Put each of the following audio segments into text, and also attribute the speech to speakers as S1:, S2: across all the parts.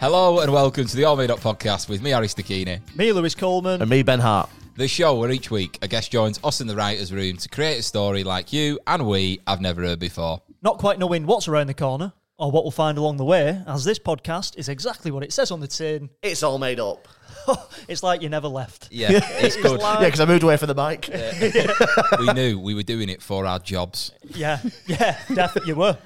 S1: Hello and welcome to the All Made Up podcast with me, Aris Stakini.
S2: Me, Lewis Coleman.
S3: And me, Ben Hart.
S1: The show where each week a guest joins us in the writer's room to create a story like you and we have never heard before.
S2: Not quite knowing what's around the corner or what we'll find along the way, as this podcast is exactly what it says on the tin.
S3: It's all made up.
S2: it's like you never left.
S1: Yeah, it's good.
S3: Yeah, because I moved away from the mic.
S1: we knew we were doing it for our jobs.
S2: Yeah, yeah, definitely you were.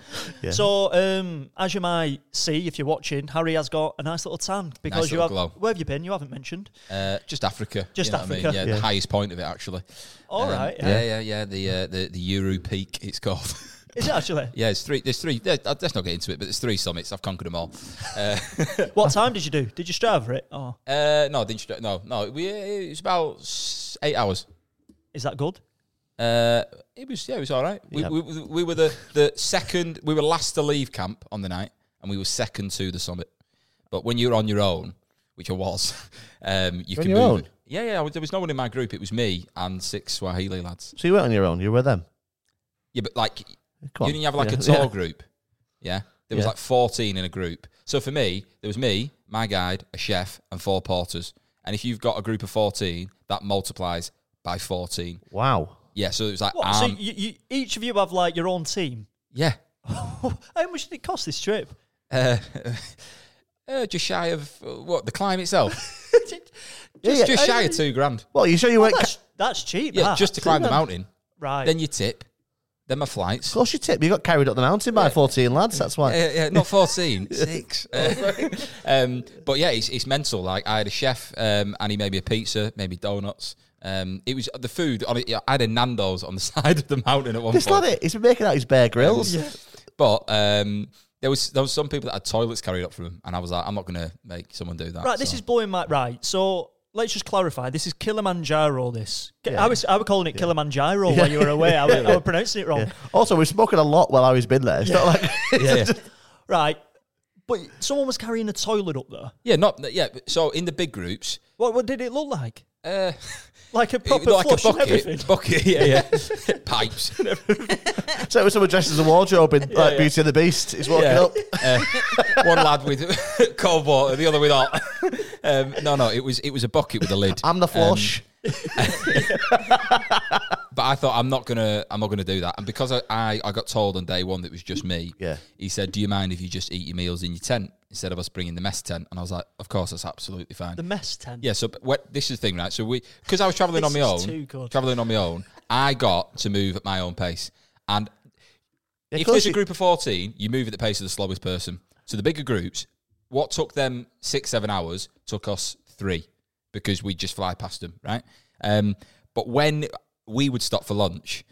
S2: So, um, as you might see if you're watching, Harry has got a nice little tan because
S1: Nice
S2: you have.
S1: little glow.
S2: Where have you been? You haven't mentioned.
S1: Uh, just Africa.
S2: Just
S1: you know what
S2: Africa.
S1: I mean? yeah, the highest point of it, actually.
S2: All
S1: Um,
S2: right. yeah.
S1: Yeah, yeah, yeah. The, uh, the the Euro Peak, it's called.
S2: Is it actually?
S1: yeah, it's three. There's three. there- Let's not get into it, but there's three summits. I've conquered them all.
S2: What time did you do? Did you stay over it? Oh,
S1: Uh, no, I didn't. you- No, no. We, it was about s- eight hours.
S2: is that good?
S1: Uh, it was yeah, it was all right. We,
S3: Yeah.
S1: we, we were the, the second. We were last to leave camp on the night, and we were second to the summit. But when you're on your own, which I was, um, you
S3: You're on
S1: can
S3: your
S1: move
S3: own?
S1: it. Yeah, yeah. I was- There was no one in my group. It was me and six Swahili lads.
S3: So you weren't on your own, you were with them.
S1: Yeah, but like
S3: Come on.
S1: you didn't have like
S3: Yeah.
S1: a tour
S3: Yeah.
S1: group. Yeah, there was
S3: Yeah.
S1: like fourteen in a group. So for me, there was me, my guide, a chef, and four porters. And if you've got a group of fourteen, that multiplies by fourteen.
S3: Wow.
S1: Yeah, so it was like
S2: What? so
S1: um,
S2: you, you, each of you have like your own team.
S1: yeah,
S2: How much did it cost this trip?
S1: uh, uh, just shy of uh, what the climb itself.
S3: Yeah,
S1: It's
S3: yeah.
S1: just shy of two grand.
S3: Well, you sure you weren't.
S2: That's, that's cheap.
S1: Yeah,
S2: that.
S1: just to climb the mountain.
S2: right.
S1: Then your tip. Then my flights.
S3: Of course you tip. You got carried up the mountain by 14 lads. That's why.
S1: Uh, yeah, not 14, six. Uh, um, but yeah, it's, it's mental. Like I had a chef, um, and he made me a pizza, made me donuts. Um, it was the food. On it, I had a Nando's on the side of the mountain at one
S3: This
S1: point.
S3: lad, eh, he's been making out his bear grills.
S1: But um, there was there was some people that had toilets carried up from them, and I was like, I'm not going to make someone do that.
S2: Right, this
S1: so.
S2: is blowing my right. So let's just clarify. This is Kilimanjaro. This K- I was I was calling it Kilimanjaro while you were away. I, was- I was pronouncing it wrong.
S3: Also, we've spoken a lot while Harry's been there. It's not like.
S1: yeah, yeah.
S2: Right, but someone was carrying a toilet up there.
S1: yeah, not yeah. but- So in the big groups,
S2: What what did it look like?
S1: uh,
S2: Like a
S1: it was
S2: proper
S1: like a
S2: flush and everything.
S1: bucket, bucket, yeah, yeah, pipes.
S3: So it was someone dressed as a wardrobe in like Beauty and the Beast. He's walking
S1: Yeah.
S3: up.
S1: Uh, one lad with cold water, the other with hot. Um, no, no, it was it was a bucket with a lid. Um,
S3: I'm the flush.
S1: But I thought I'm not gonna I'm not gonna do that. And because I, I, I got told on day one that it was just me.
S3: Yeah.
S1: He said, "Do you mind if you just eat your meals in your tent instead of us bringing the mess tent?" And I was like, "Of course, that's absolutely fine."
S2: The mess tent.
S1: yeah. So but what, this is the thing, right? So we because I was traveling on my
S2: This is too
S1: own,
S2: good.
S1: traveling on my own, I got to move at my own pace. And
S3: Yeah,
S1: if
S3: course
S1: there's a
S3: you-
S1: group of 14, you move at the pace of the slowest person. So the bigger groups, what took them six, seven hours took us three because we just fly past them, right? Um, but when we would stop for lunch,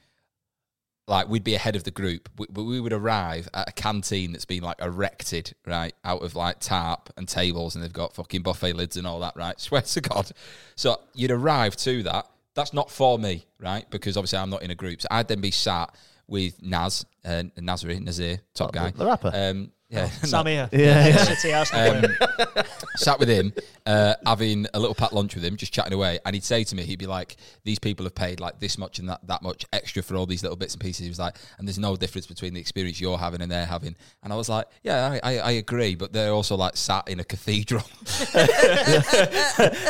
S1: like we'd be ahead of the group, we, we- we would arrive at a canteen that's been like erected, right, out of like tarp and tables, and they've got fucking buffet lids and all that, right? Swear to God. So you'd arrive to that. That's not for me, right? Because obviously I'm not in a group. So I'd then be sat with Naz, uh, Nazri, Nazir, top guy,
S3: the rapper? Oh,
S1: Um, yeah,
S2: Sam here.
S3: Yeah, yeah.
S2: City Arsenal player.
S1: Um, sat with him, uh, having a little pat lunch with him, just chatting away. And he'd say to me, he'd be like, "These people have paid like this much and that that much extra for all these little bits and pieces." He was like, "And there's no difference between the experience you're having and they're having." And I was like, "Yeah, I, I, I agree, but they're also like sat in a cathedral,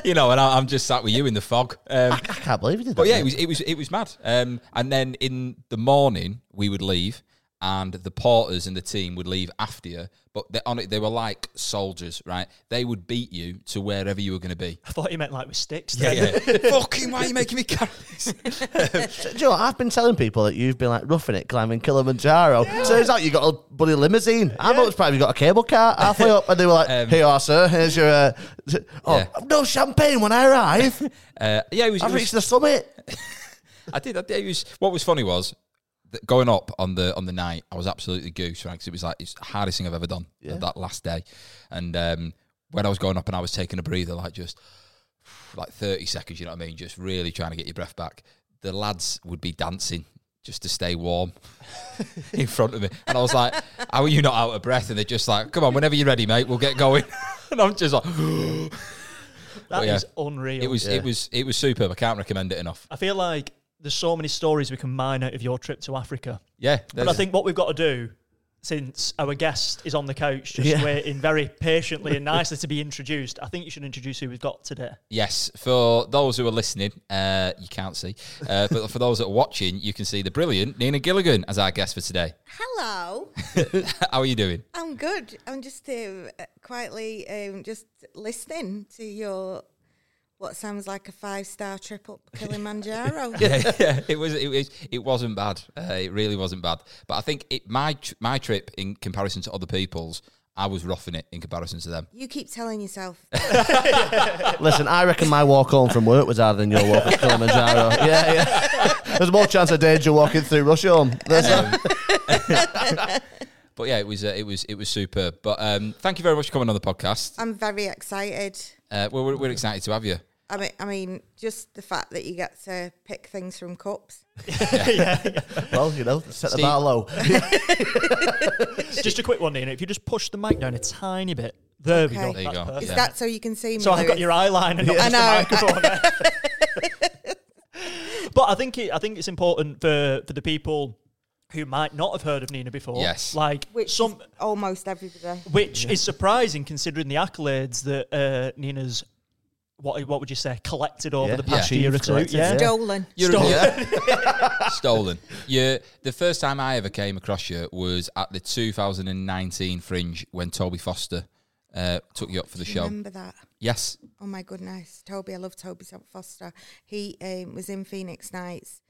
S1: you know." And I, I'm just sat with you in the fog. Um,
S3: I can't believe he did that.
S1: but yeah, it was it was it was mad. Um, and then in the morning we would leave, and the porters and the team would leave after you. But they, on it, they were like soldiers, right? They would beat you to wherever you were going to be.
S2: I thought you meant like with sticks.
S1: Yeah,
S2: then.
S1: yeah. Fucking, why are you making me carry this?
S3: Do you know what? I've been telling people that you've been like roughing it climbing Kilimanjaro. Turns out you got a bloody limousine. I thought it was probably you got a cable car halfway up, and they were like,
S4: Um,
S3: "Here you are, sir. Here's your uh, s- oh,
S1: Yeah.
S3: no champagne when I arrive.
S1: Uh, yeah, it was, it
S3: I've
S1: was-
S3: reached the summit."
S1: I did. I did. It was, what was funny was that going up on the on the night. I was absolutely goose, right? 'cause it was like it's the hardest thing I've ever done. That last day, and um, when I was going up and I was taking a breather, like just like thirty seconds. You know what I mean? Just really trying to get your breath back. The lads would be dancing just to stay warm in front of me, and I was like, "How are you not out of breath?" And they're just like, "Come on, whenever you're ready, mate, we'll get going." and I'm just like,
S2: That
S1: yeah.
S2: is unreal.
S1: "It was, it was, it was superb. I can't recommend it enough."
S2: I feel like there's so many stories we can mine out of your trip to Africa.
S1: Yeah,
S2: But I think what we've got to do since our guest is on the couch just
S3: Yeah.
S2: waiting very patiently and nicely to be introduced, I think you should introduce who we've got today.
S1: Yes, for those who are listening, uh, you can't see, uh, but for those that are watching, you can see the brilliant Nina Gilligan as our guest for today.
S4: Hello,
S1: How are you doing?
S4: I'm good. I'm just um, quietly um, just listening to your what sounds like a five star trip up Kilimanjaro.
S1: yeah, it was it was it wasn't bad. Uh, it really wasn't bad. But I think it my tr- my trip in comparison to other people's, I was roughing it in comparison to them.
S4: You keep telling yourself.
S3: Listen, I reckon my walk home from work was harder than your walk to Kilimanjaro. Yeah, yeah. There's more chance of danger walking through rush home. There's
S4: Um,
S1: But yeah, it was uh, it was it was superb. But um, thank you very much for coming on the podcast.
S4: I'm very excited.
S1: Uh, well, we're, we're excited to have you.
S4: I mean, I mean, just the fact that you get to pick things from cups.
S3: well, you know, set the
S1: Steve-
S3: bar low.
S2: Just a quick one, Nina. If you just push the mic down a tiny bit, there we go.
S4: Okay. There
S1: you
S2: That's
S1: go.
S2: perfect.
S4: Is
S1: Yeah.
S4: that so you can see me?
S2: So I've got
S4: Lewis?
S2: your eyeliner, not
S4: I
S2: just the
S4: know.
S2: microphone. but I think it, I think it's important for for the people who might not have heard of Nina before.
S1: Yes.
S2: like
S4: Which
S2: some.
S4: is almost everybody.
S2: which is surprising considering the accolades that uh, Nina's what what would you say collected over
S3: Yeah.
S2: the past
S3: Yeah.
S2: year or
S3: She's
S2: two.
S3: collected,
S2: Yeah.
S3: yeah.
S4: Dolan.
S1: You're
S2: Stolen.
S1: yeah. Stolen. Yeah. The first time I ever came across you was at the 2019 Fringe when Toby Foster uh, took you up for the show.
S4: Remember that.
S1: Yes.
S4: Oh my goodness, Toby! I love Toby Foster. He um, was in Phoenix Nights,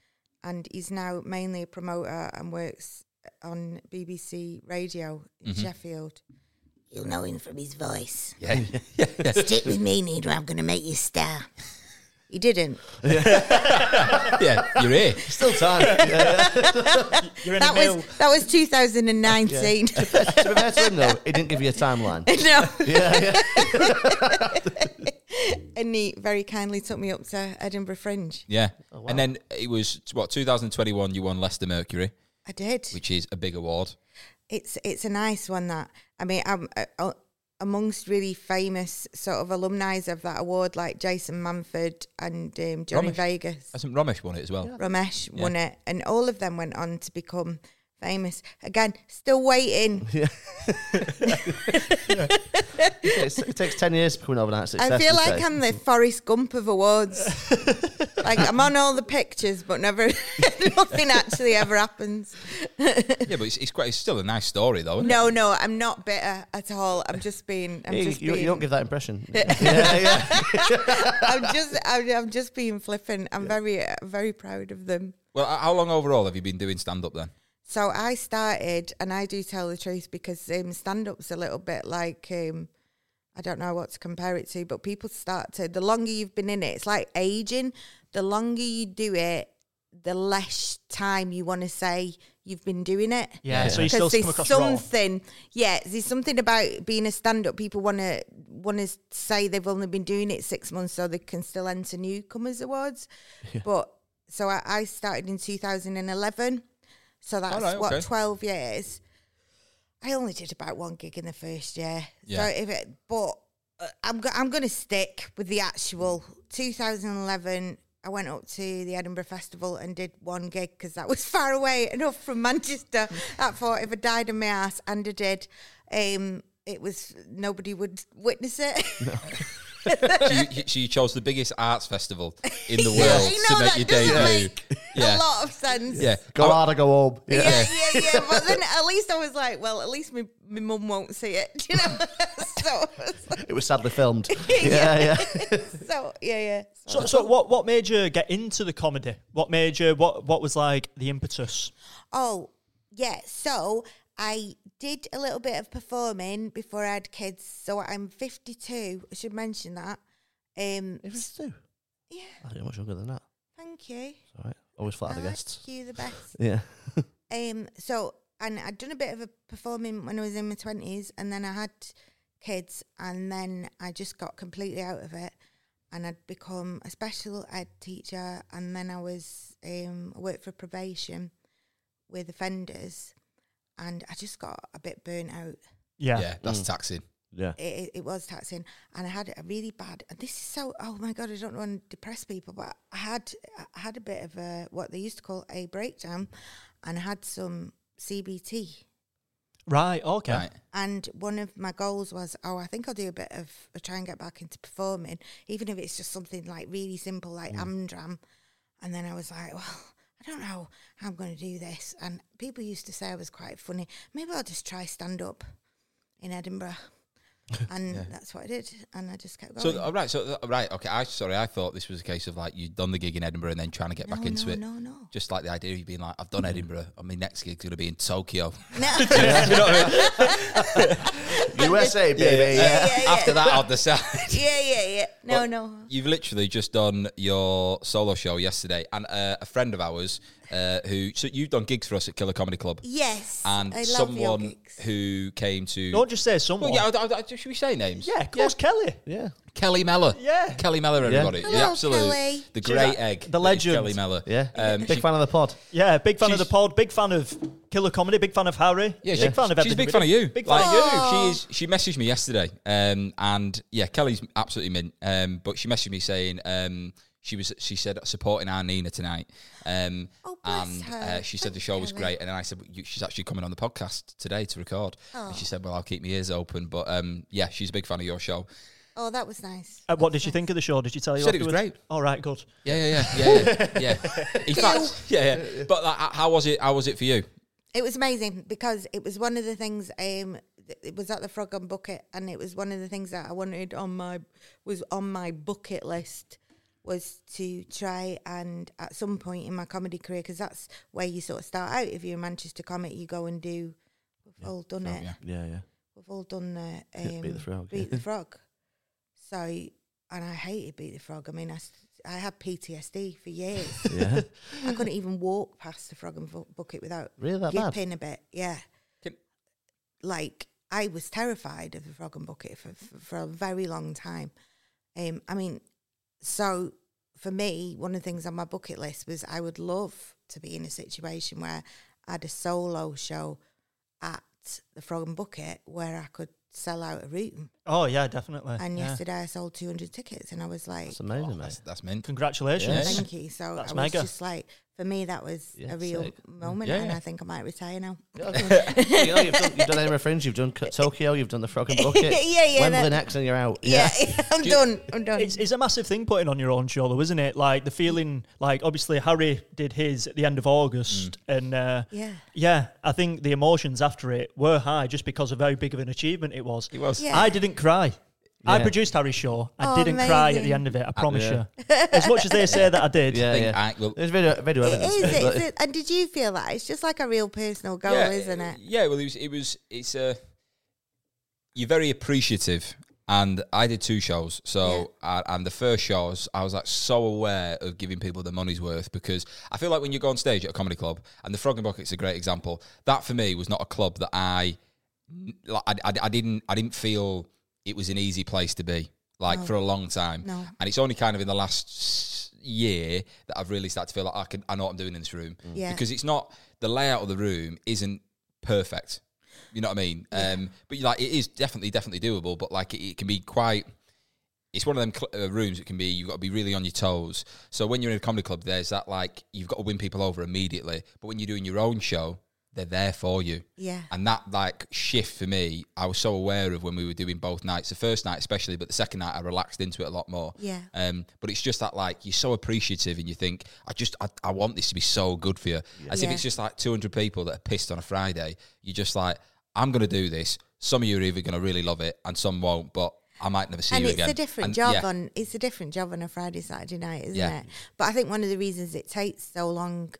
S4: and he's now mainly a promoter and works on BBC Radio in Sheffield. You'll know him from his voice.
S1: Yeah.
S4: Stick with me, Nina. I'm going to make you a star. He didn't.
S1: yeah. You're here.
S3: Still time. Yeah.
S2: You're in
S4: That
S2: a mill.
S4: was that was 2019.
S3: To be fair to him, though, he didn't give you a timeline.
S4: no,
S3: Yeah, yeah.
S4: and he very kindly took me up to Edinburgh Fringe.
S1: Yeah.
S4: Oh,
S1: And then it was what 2021. You won Leicester Mercury,
S4: I did.
S1: which is a big award.
S4: It's it's a nice one that I mean I'm uh, uh, amongst really famous sort of alumni of that award like Jason Manford and um, Johnny
S1: Ramesh.
S4: Vegas.
S1: Hasn't Ramesh won it as well?
S4: Ramesh won it, and all of them went on to become famous. Again, still waiting.
S3: It's- It takes 10 years to become an overnight success.
S4: I feel
S3: they
S4: like
S3: say.
S4: I'm the Forrest Gump of awards. like I'm on all the pictures, but never nothing actually ever happens.
S1: Yeah, but it's, it's quite. It's still a nice story though. Isn't
S4: No, no, I'm not bitter at all. I'm just being. I'm
S3: Yeah, you,
S4: just
S3: you,
S4: being,
S3: you don't give that impression. yeah, yeah.
S4: I'm just, I'm, I'm just being flippant. I'm very, uh, very proud of them.
S1: it? Well, h- how long overall have you been doing stand up then?
S4: So I started, and I do tell the truth because um, stand up's a little bit like, um, I don't know what to compare it to, but people start to, the longer you've been in it, it's like aging. The longer you do it, the less time you want to say you've been doing it.
S2: yeah, so you still come
S4: Because there's
S2: across raw.
S4: something, yeah, there's something about being a stand-up. People want to want to say they've only been doing it six months, so they can still enter newcomers awards. But so I, I started in 2011, so that's
S1: right,
S4: what
S1: okay.
S4: 12 years. I only did about one gig in the first year.
S1: Yeah.
S4: So if it, but uh, I'm go- I'm going to stick with the actual 2011. I went up to the Edinburgh Festival and did one gig because that was far away enough from Manchester. I thought if I died on my ass, and I did, um, it was nobody would witness it.
S1: So you, you- so you chose the biggest arts festival in the world
S4: Yeah, I know
S1: to make
S4: that
S1: your
S4: doesn't
S1: debut.
S4: make
S1: Yeah.
S4: a lot of sense.
S1: yeah.
S3: Go hard or go home. Yeah.
S4: Yeah, yeah, yeah. But then at least I was like, well, at least my, my mum won't see it, you know. so,
S3: It was sadly filmed. yeah, yeah.
S4: so yeah, yeah.
S2: So, so what what made you get into the comedy? What made you what what was like the impetus?
S4: Oh, yeah. So I did a little bit of performing before I had kids. So I'm 52. I should mention that. Um,
S3: It was two.
S4: yeah.
S3: I did much younger than that.
S4: Thank you.
S3: All right. Always flatter the
S4: I
S3: guests.
S4: like you the best.
S3: Yeah.
S4: Um, so and I'd done a bit of a performing when I was in my twenties, and then I had kids, and then I just got completely out of it, and I'd become a special ed teacher, and then I was um, I worked for probation with offenders, and I just got a bit burnt out.
S2: Yeah,
S1: Yeah, that's taxing.
S3: Yeah.
S4: It, it, it was taxing, and I had a really bad. And this is so. Oh my god, I don't want to depress people, but I had I had a bit of a what they used to call a breakdown, and I had some CBT.
S2: Right. Okay.
S1: Right.
S4: And one of my goals was, oh, I think I'll do a bit of I'll try and get back into performing, even if it's just something like really simple, like
S1: Mm.
S4: Amdram. And then I was like, well, I don't know how I'm going to do this. And people used to say I was quite funny. Maybe I'll just try stand up in Edinburgh. And that's what I did. And I just kept going.
S1: So all right, so uh, right, okay. I sorry, I thought this was a case of like you'd done the gig in Edinburgh and then trying to get back
S4: no,
S1: into
S4: no,
S1: it.
S4: no, Mm-hmm. no.
S1: Just like the idea of you being like, I've done Edinburgh, and my next gig's gonna be in Tokyo.
S4: No.
S3: USA, baby. Yeah.
S4: yeah, yeah.
S1: After that, on the side.
S4: yeah, yeah, yeah. No,
S1: But
S4: no.
S1: You've literally just done your solo show yesterday, and uh, a friend of ours uh, who so you've done gigs for us at Killer Comedy Club,
S4: Yes.
S1: and
S4: I love your
S1: someone
S4: gigs.
S1: who came to.
S2: Don't just say someone.
S1: Well, yeah, I- I- I- should we say names?
S2: yeah, of course, Kelly.
S3: Yeah.
S1: Kelly Mellor.
S2: Yeah.
S1: Kelly Mellor, everybody.
S4: Hello,
S1: the absolute,
S4: Kelly.
S1: the
S2: She's
S1: great
S2: a-
S1: egg.
S2: the
S1: that is
S2: legend.
S1: Kelly Mellor.
S3: Yeah.
S1: Um,
S3: Big
S1: she-
S3: fan of the pod.
S2: Yeah, big fan of the
S1: She's-
S2: pod, big fan of killer comedy, big fan of Harry.
S1: Yeah,
S2: big
S1: she-
S2: fan of
S1: she's a
S2: everything
S1: big
S2: we
S1: fan
S2: do.
S1: of you.
S2: Big fan of you.
S1: She is. She messaged me yesterday, um, and yeah, Kelly's absolutely mint. Um, but she messaged me saying um, she was. She said supporting our Nina tonight. Um,
S4: Oh, bless
S1: and
S4: her.
S1: Uh, she said the
S4: Thanks,
S1: show was
S4: Kelly.
S1: great, and then I said "Well, you, she's actually coming on the podcast today to record. And she said, "Well, I'll keep my ears open." But um, yeah, she's a big fan of your show.
S4: Oh, that was nice.
S2: Uh, what did she think of the show? Did she tell you?
S1: She said it was
S2: afterwards?
S1: great.
S2: All right, good.
S1: Yeah, yeah, yeah, yeah, yeah. yeah. In fact, yeah, yeah. But like, h- how was it? How was it for you?
S4: It was amazing because it was one of the things. Um, th- it was at the Frog and Bucket, and it was one of the things that I wanted on my was on my bucket list was to try and at some point in my comedy career because that's where you sort of start out. If you're a Manchester comic, you go and do. We've all done it.
S1: yeah.
S3: Yeah, yeah.
S4: We've all done the
S3: Yeah,
S4: um,
S3: Beat the Frog,
S4: Beat
S3: yeah.
S4: the frog. So, and I hated Beat the Frog. I mean, I, s- I had PTSD for years.
S3: Yeah.
S4: I couldn't even walk past the Frog and Bu- Bucket without
S3: Really that bad?
S4: Gipping a bit, yeah.
S1: Can-
S4: like I was terrified of the frog and bucket for for, for a very long time. Um, I mean, so for me, one of the things on my bucket list was I would love to be in a situation where I had a solo show at the Frog and Bucket where I could sell out a room.
S2: Oh yeah, definitely.
S4: And
S2: yeah.
S4: yesterday I sold 200 tickets and I was like,
S3: That's amazing, mate.
S1: That's, that's mint.
S2: Congratulations.
S1: Yeah.
S4: thank you. So
S2: That's
S4: I was
S2: mega.
S4: just like, for me, that was
S3: Yeah,
S4: a real
S3: sick.
S4: moment.
S1: Yeah,
S4: and
S1: yeah.
S4: I think I might retire now.
S3: you know, you've done, you've done Edinburgh Fringe, you've done K- Tokyo, you've done the Frog and Bucket.
S4: Yeah, yeah,
S3: Wembley
S4: that-
S3: next, and you're out.
S4: Yeah, I'm
S1: Do you-
S4: done. I'm done.
S2: It's, it's a massive thing putting on your own shoulder, isn't it? Like the feeling, like obviously Harry did his at the end of August, and uh,
S4: Yeah.
S2: yeah, I think the emotions after it were high just because of how big of an achievement it was. It
S1: was.
S4: Yeah.
S2: I didn't cry. I
S3: Yeah.
S2: produced Harry's show. I
S4: Oh,
S2: didn't cry at the
S4: amazing.
S2: end of it. I promise
S3: yeah.
S2: you. As much as they say that I did,
S3: Yeah,
S1: Think
S3: yeah.
S1: I- well-
S3: There's video, video
S4: It
S3: evidence.
S4: is,
S3: but-
S4: it's a- and did you feel that? It's just like a real personal goal, isn't it?
S1: Yeah, well, it was. It was. It's a. You're very appreciative, and I did two shows. So, I, and the first show, I was, I was like so aware of giving people their money's worth because I feel like when you go on stage at a comedy club, and the Frog and Bucket's a great example. That for me was not a club that I, like, I, I, I didn't, I didn't feel it was an easy place to be. Like for a long time,
S4: No.
S1: and it's only kind of in the last s- year that I've really started to feel like "Oh, I can, I know what I'm doing in this room
S4: Yeah.
S1: Mm. because it's not the layout of the room isn't perfect. You know what I mean? Um, but you like it is definitely definitely doable. But like it, it can be quite. It's one of them cl- uh, rooms. It can be you've got to be really on your toes. So when you're in a comedy club, there's that like you've got to win people over immediately. But when you're doing your own show, they're there for you.
S4: Yeah.
S1: And that like shift for me, I was so aware of when we were doing both nights. The first night especially, but the second night I relaxed into it a lot more.
S4: Yeah.
S1: Um, but it's just that like you're so appreciative and you think I just I, I want this to be so good for you. As if
S4: Yeah.
S1: it's just like 200 people that are pissed on a Friday. You're just like I'm going to do this. Some of you are either going to really love it and some won't, but I might never see
S4: and
S1: you
S4: it's
S1: again.
S4: a different
S1: And,
S4: job
S1: yeah,
S4: on it's a different job on a Friday Saturday night, isn't
S1: Yeah.
S4: it? But I think one of the reasons it takes so long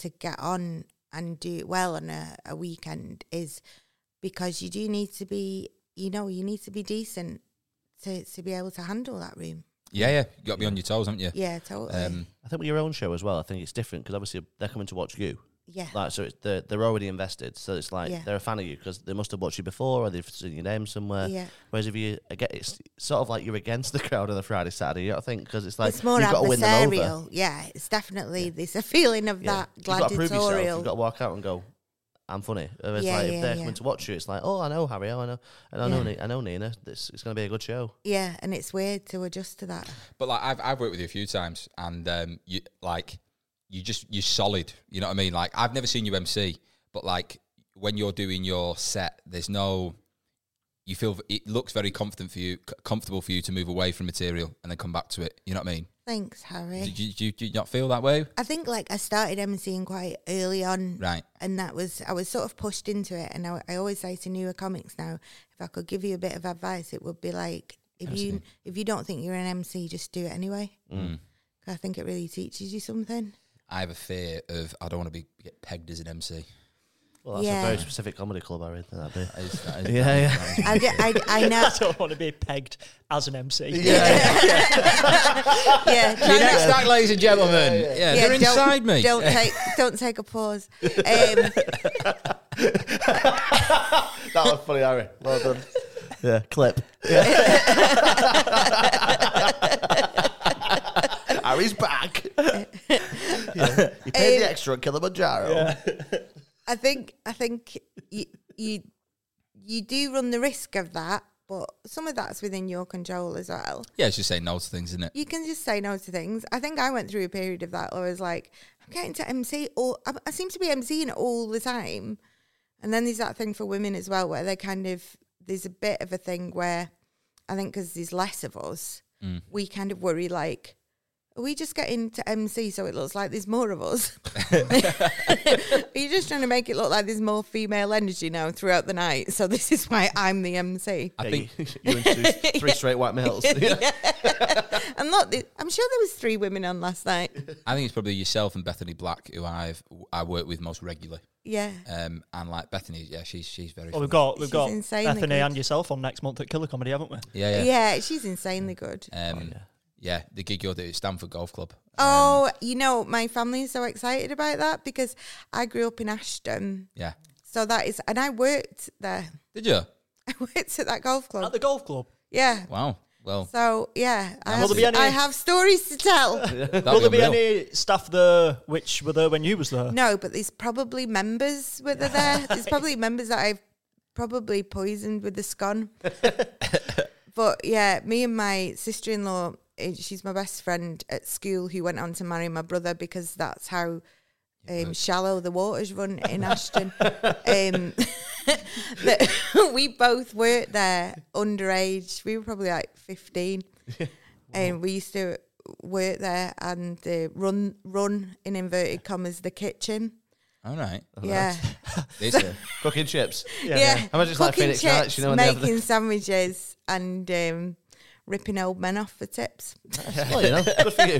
S4: to get on and do it well on a, a weekend is because you do need to be you know you need to be decent to to be able to handle that room.
S1: yeah, yeah. You got to be on your toes, haven't you?
S4: Yeah, totally.
S1: Um,
S3: I think with your own show as well, I think it's different because obviously they're coming to watch you.
S4: yeah,
S3: Like, so it's, they're, they're already invested. So it's like
S4: Yeah.
S3: they're a fan of you because they must have watched you before or they've seen your name
S1: uh,
S3: somewhere.
S4: Yeah.
S3: Whereas if you, again, it's sort of like you're against the crowd on the Friday, Saturday, you know, I think, because it's like
S4: it's more
S3: you've got to win them over.
S4: adversarial. Yeah, it's definitely there's a feeling of
S3: Yeah.
S4: that
S3: You've got to prove yourself. You've got
S4: gladiatorial.
S3: to walk out and go, I'm funny. Whereas
S4: Yeah,
S3: like, if
S4: yeah,
S3: they're
S4: yeah.
S3: coming to watch you, it's like, oh, I know Harry, oh, I know, and I know,
S4: Yeah.
S3: Ni- I know Nina. This it's going to be a good show.
S4: Yeah, and it's weird to adjust to that.
S1: But like I've I've worked with you a few times, and um, you like you just you're solid. You know what I mean? Like I've never seen you MC, but like when you're doing your set, there's no. You feel it looks very confident for you, c- comfortable for you to move away from material and then come back to it. You know what I mean?
S4: Thanks, Harry.
S1: Do, you- do you- do you not feel that way?
S4: I think like I started emceeing quite early on,
S1: Right.
S4: and that was I was sort of pushed into it. And I, I always say to newer comics now, if I could give you a bit of advice, it would be like if you if you don't think you're an MC, just do it anyway.
S3: Mm.
S1: Mm.
S4: 'Cause I think it really teaches you something.
S1: I have a fear of I don't want to be get pegged as an MC.
S3: Well, that's
S4: Yeah.
S3: a very specific comedy club, I read. That'd be.
S1: That is- that is-
S3: Yeah,
S1: that is-
S3: yeah.
S1: that is-
S4: I, d- I, I know.
S2: I don't want to be pegged as an MC.
S4: yeah, try
S1: Your
S4: not-
S1: next act, ladies and gentlemen. Yeah,
S4: yeah,
S1: they're inside
S4: don't,
S1: me.
S4: Don't take don't take a pause. Um,
S3: That was funny, Harry. Well done. Yeah, clip. Harry's back. yeah. You paid the
S4: Um,
S3: extra on Kilimanjaro.
S4: I think I think you you you do run the risk of that, but some of that's within your control as well.
S1: Yeah, it's just saying no to things, isn't it?
S4: You can just say no to things. I think I went through a period of that. Where I was like, I'm getting to MC all. I, I seem to be MCing all the time, and then there's that thing for women as well, where they kind of there's a bit of a thing where I think because there's less of us, we kind of worry like. Are we just getting to MC so it looks like there's more of us? Are you just trying to make it look like there's more female energy now throughout the night? So this is why I'm the MC.
S1: I
S3: Yeah,
S1: think
S3: you, you and two, three straight white males.
S4: I'm not. The, I'm sure there was three women on last night.
S1: I think it's probably yourself and Bethany Black who I've I work with most regularly.
S4: Yeah.
S1: Um, and like Bethany, yeah, she's she's very.
S2: Well, we've
S1: funny.
S2: got we've
S4: She's
S2: got
S4: insanely
S2: Bethany
S4: good.
S2: and yourself on next month at Killer Comedy, haven't we?
S1: yeah,
S4: Yeah.
S1: yeah.
S4: she's insanely good.
S3: Oh,
S1: Um, yeah. the gig you're doing at Stanford Golf Club.
S4: oh, you know, my family is so excited about that because I grew up in Ashton.
S1: Yeah,
S4: So that is, and I worked there.
S1: did you?
S4: I worked at that golf
S2: At
S4: club.
S2: the golf club.
S4: Yeah.
S1: Wow. Well,
S4: So, yeah. I
S1: Will
S4: have,
S1: there be
S2: any-
S4: I have stories to tell.
S1: that'll
S2: Will there be
S1: be unreal.
S2: any staff there which were there when you was there?
S4: no, but there's probably members whether there. There's probably members that I've probably poisoned with the scone. but yeah, me and my sister in law, she's my best friend at school who went on to marry my brother because that's how um, shallow the waters run in Ashton. um, that we both worked there underage. We were probably like 15. And we used to work there and uh, run, run in inverted commas, the kitchen.
S1: All right.
S4: Yeah.
S1: This,
S3: Cooking chips.
S4: Yeah.
S3: How much is like
S4: Cooking
S3: Phoenix Nights, you know, when they have the-
S4: making sandwiches and um, ripping old men off for tips.
S3: Well, you know, good for you.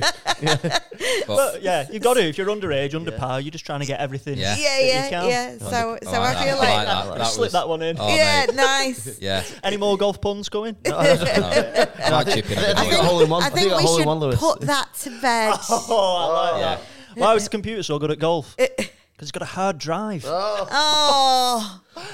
S2: But yeah, you've got to. If you're underage, under par, you're just trying to get everything.
S1: Yeah.
S4: Yeah,
S2: you
S4: yeah,
S2: can.
S4: yeah.
S3: Oh,
S4: So, so
S1: I Oh, like
S4: I
S1: that.
S4: feel
S1: I like
S4: like,
S1: that. That
S2: Slip
S1: was-
S2: that one in.
S1: Oh,
S4: yeah,
S1: mate.
S4: nice.
S1: yeah. Oh,
S2: Any more golf puns going?
S1: I like chipping. every day.
S3: I think- got a hole in one.
S4: I
S3: I
S4: think
S3: got a
S4: we
S3: hole in
S4: should
S3: one, Lewis.
S4: put that to bed.
S2: Oh, I like
S1: Yeah.
S2: that. Why was the computer so good at golf? Because it's got a hard drive.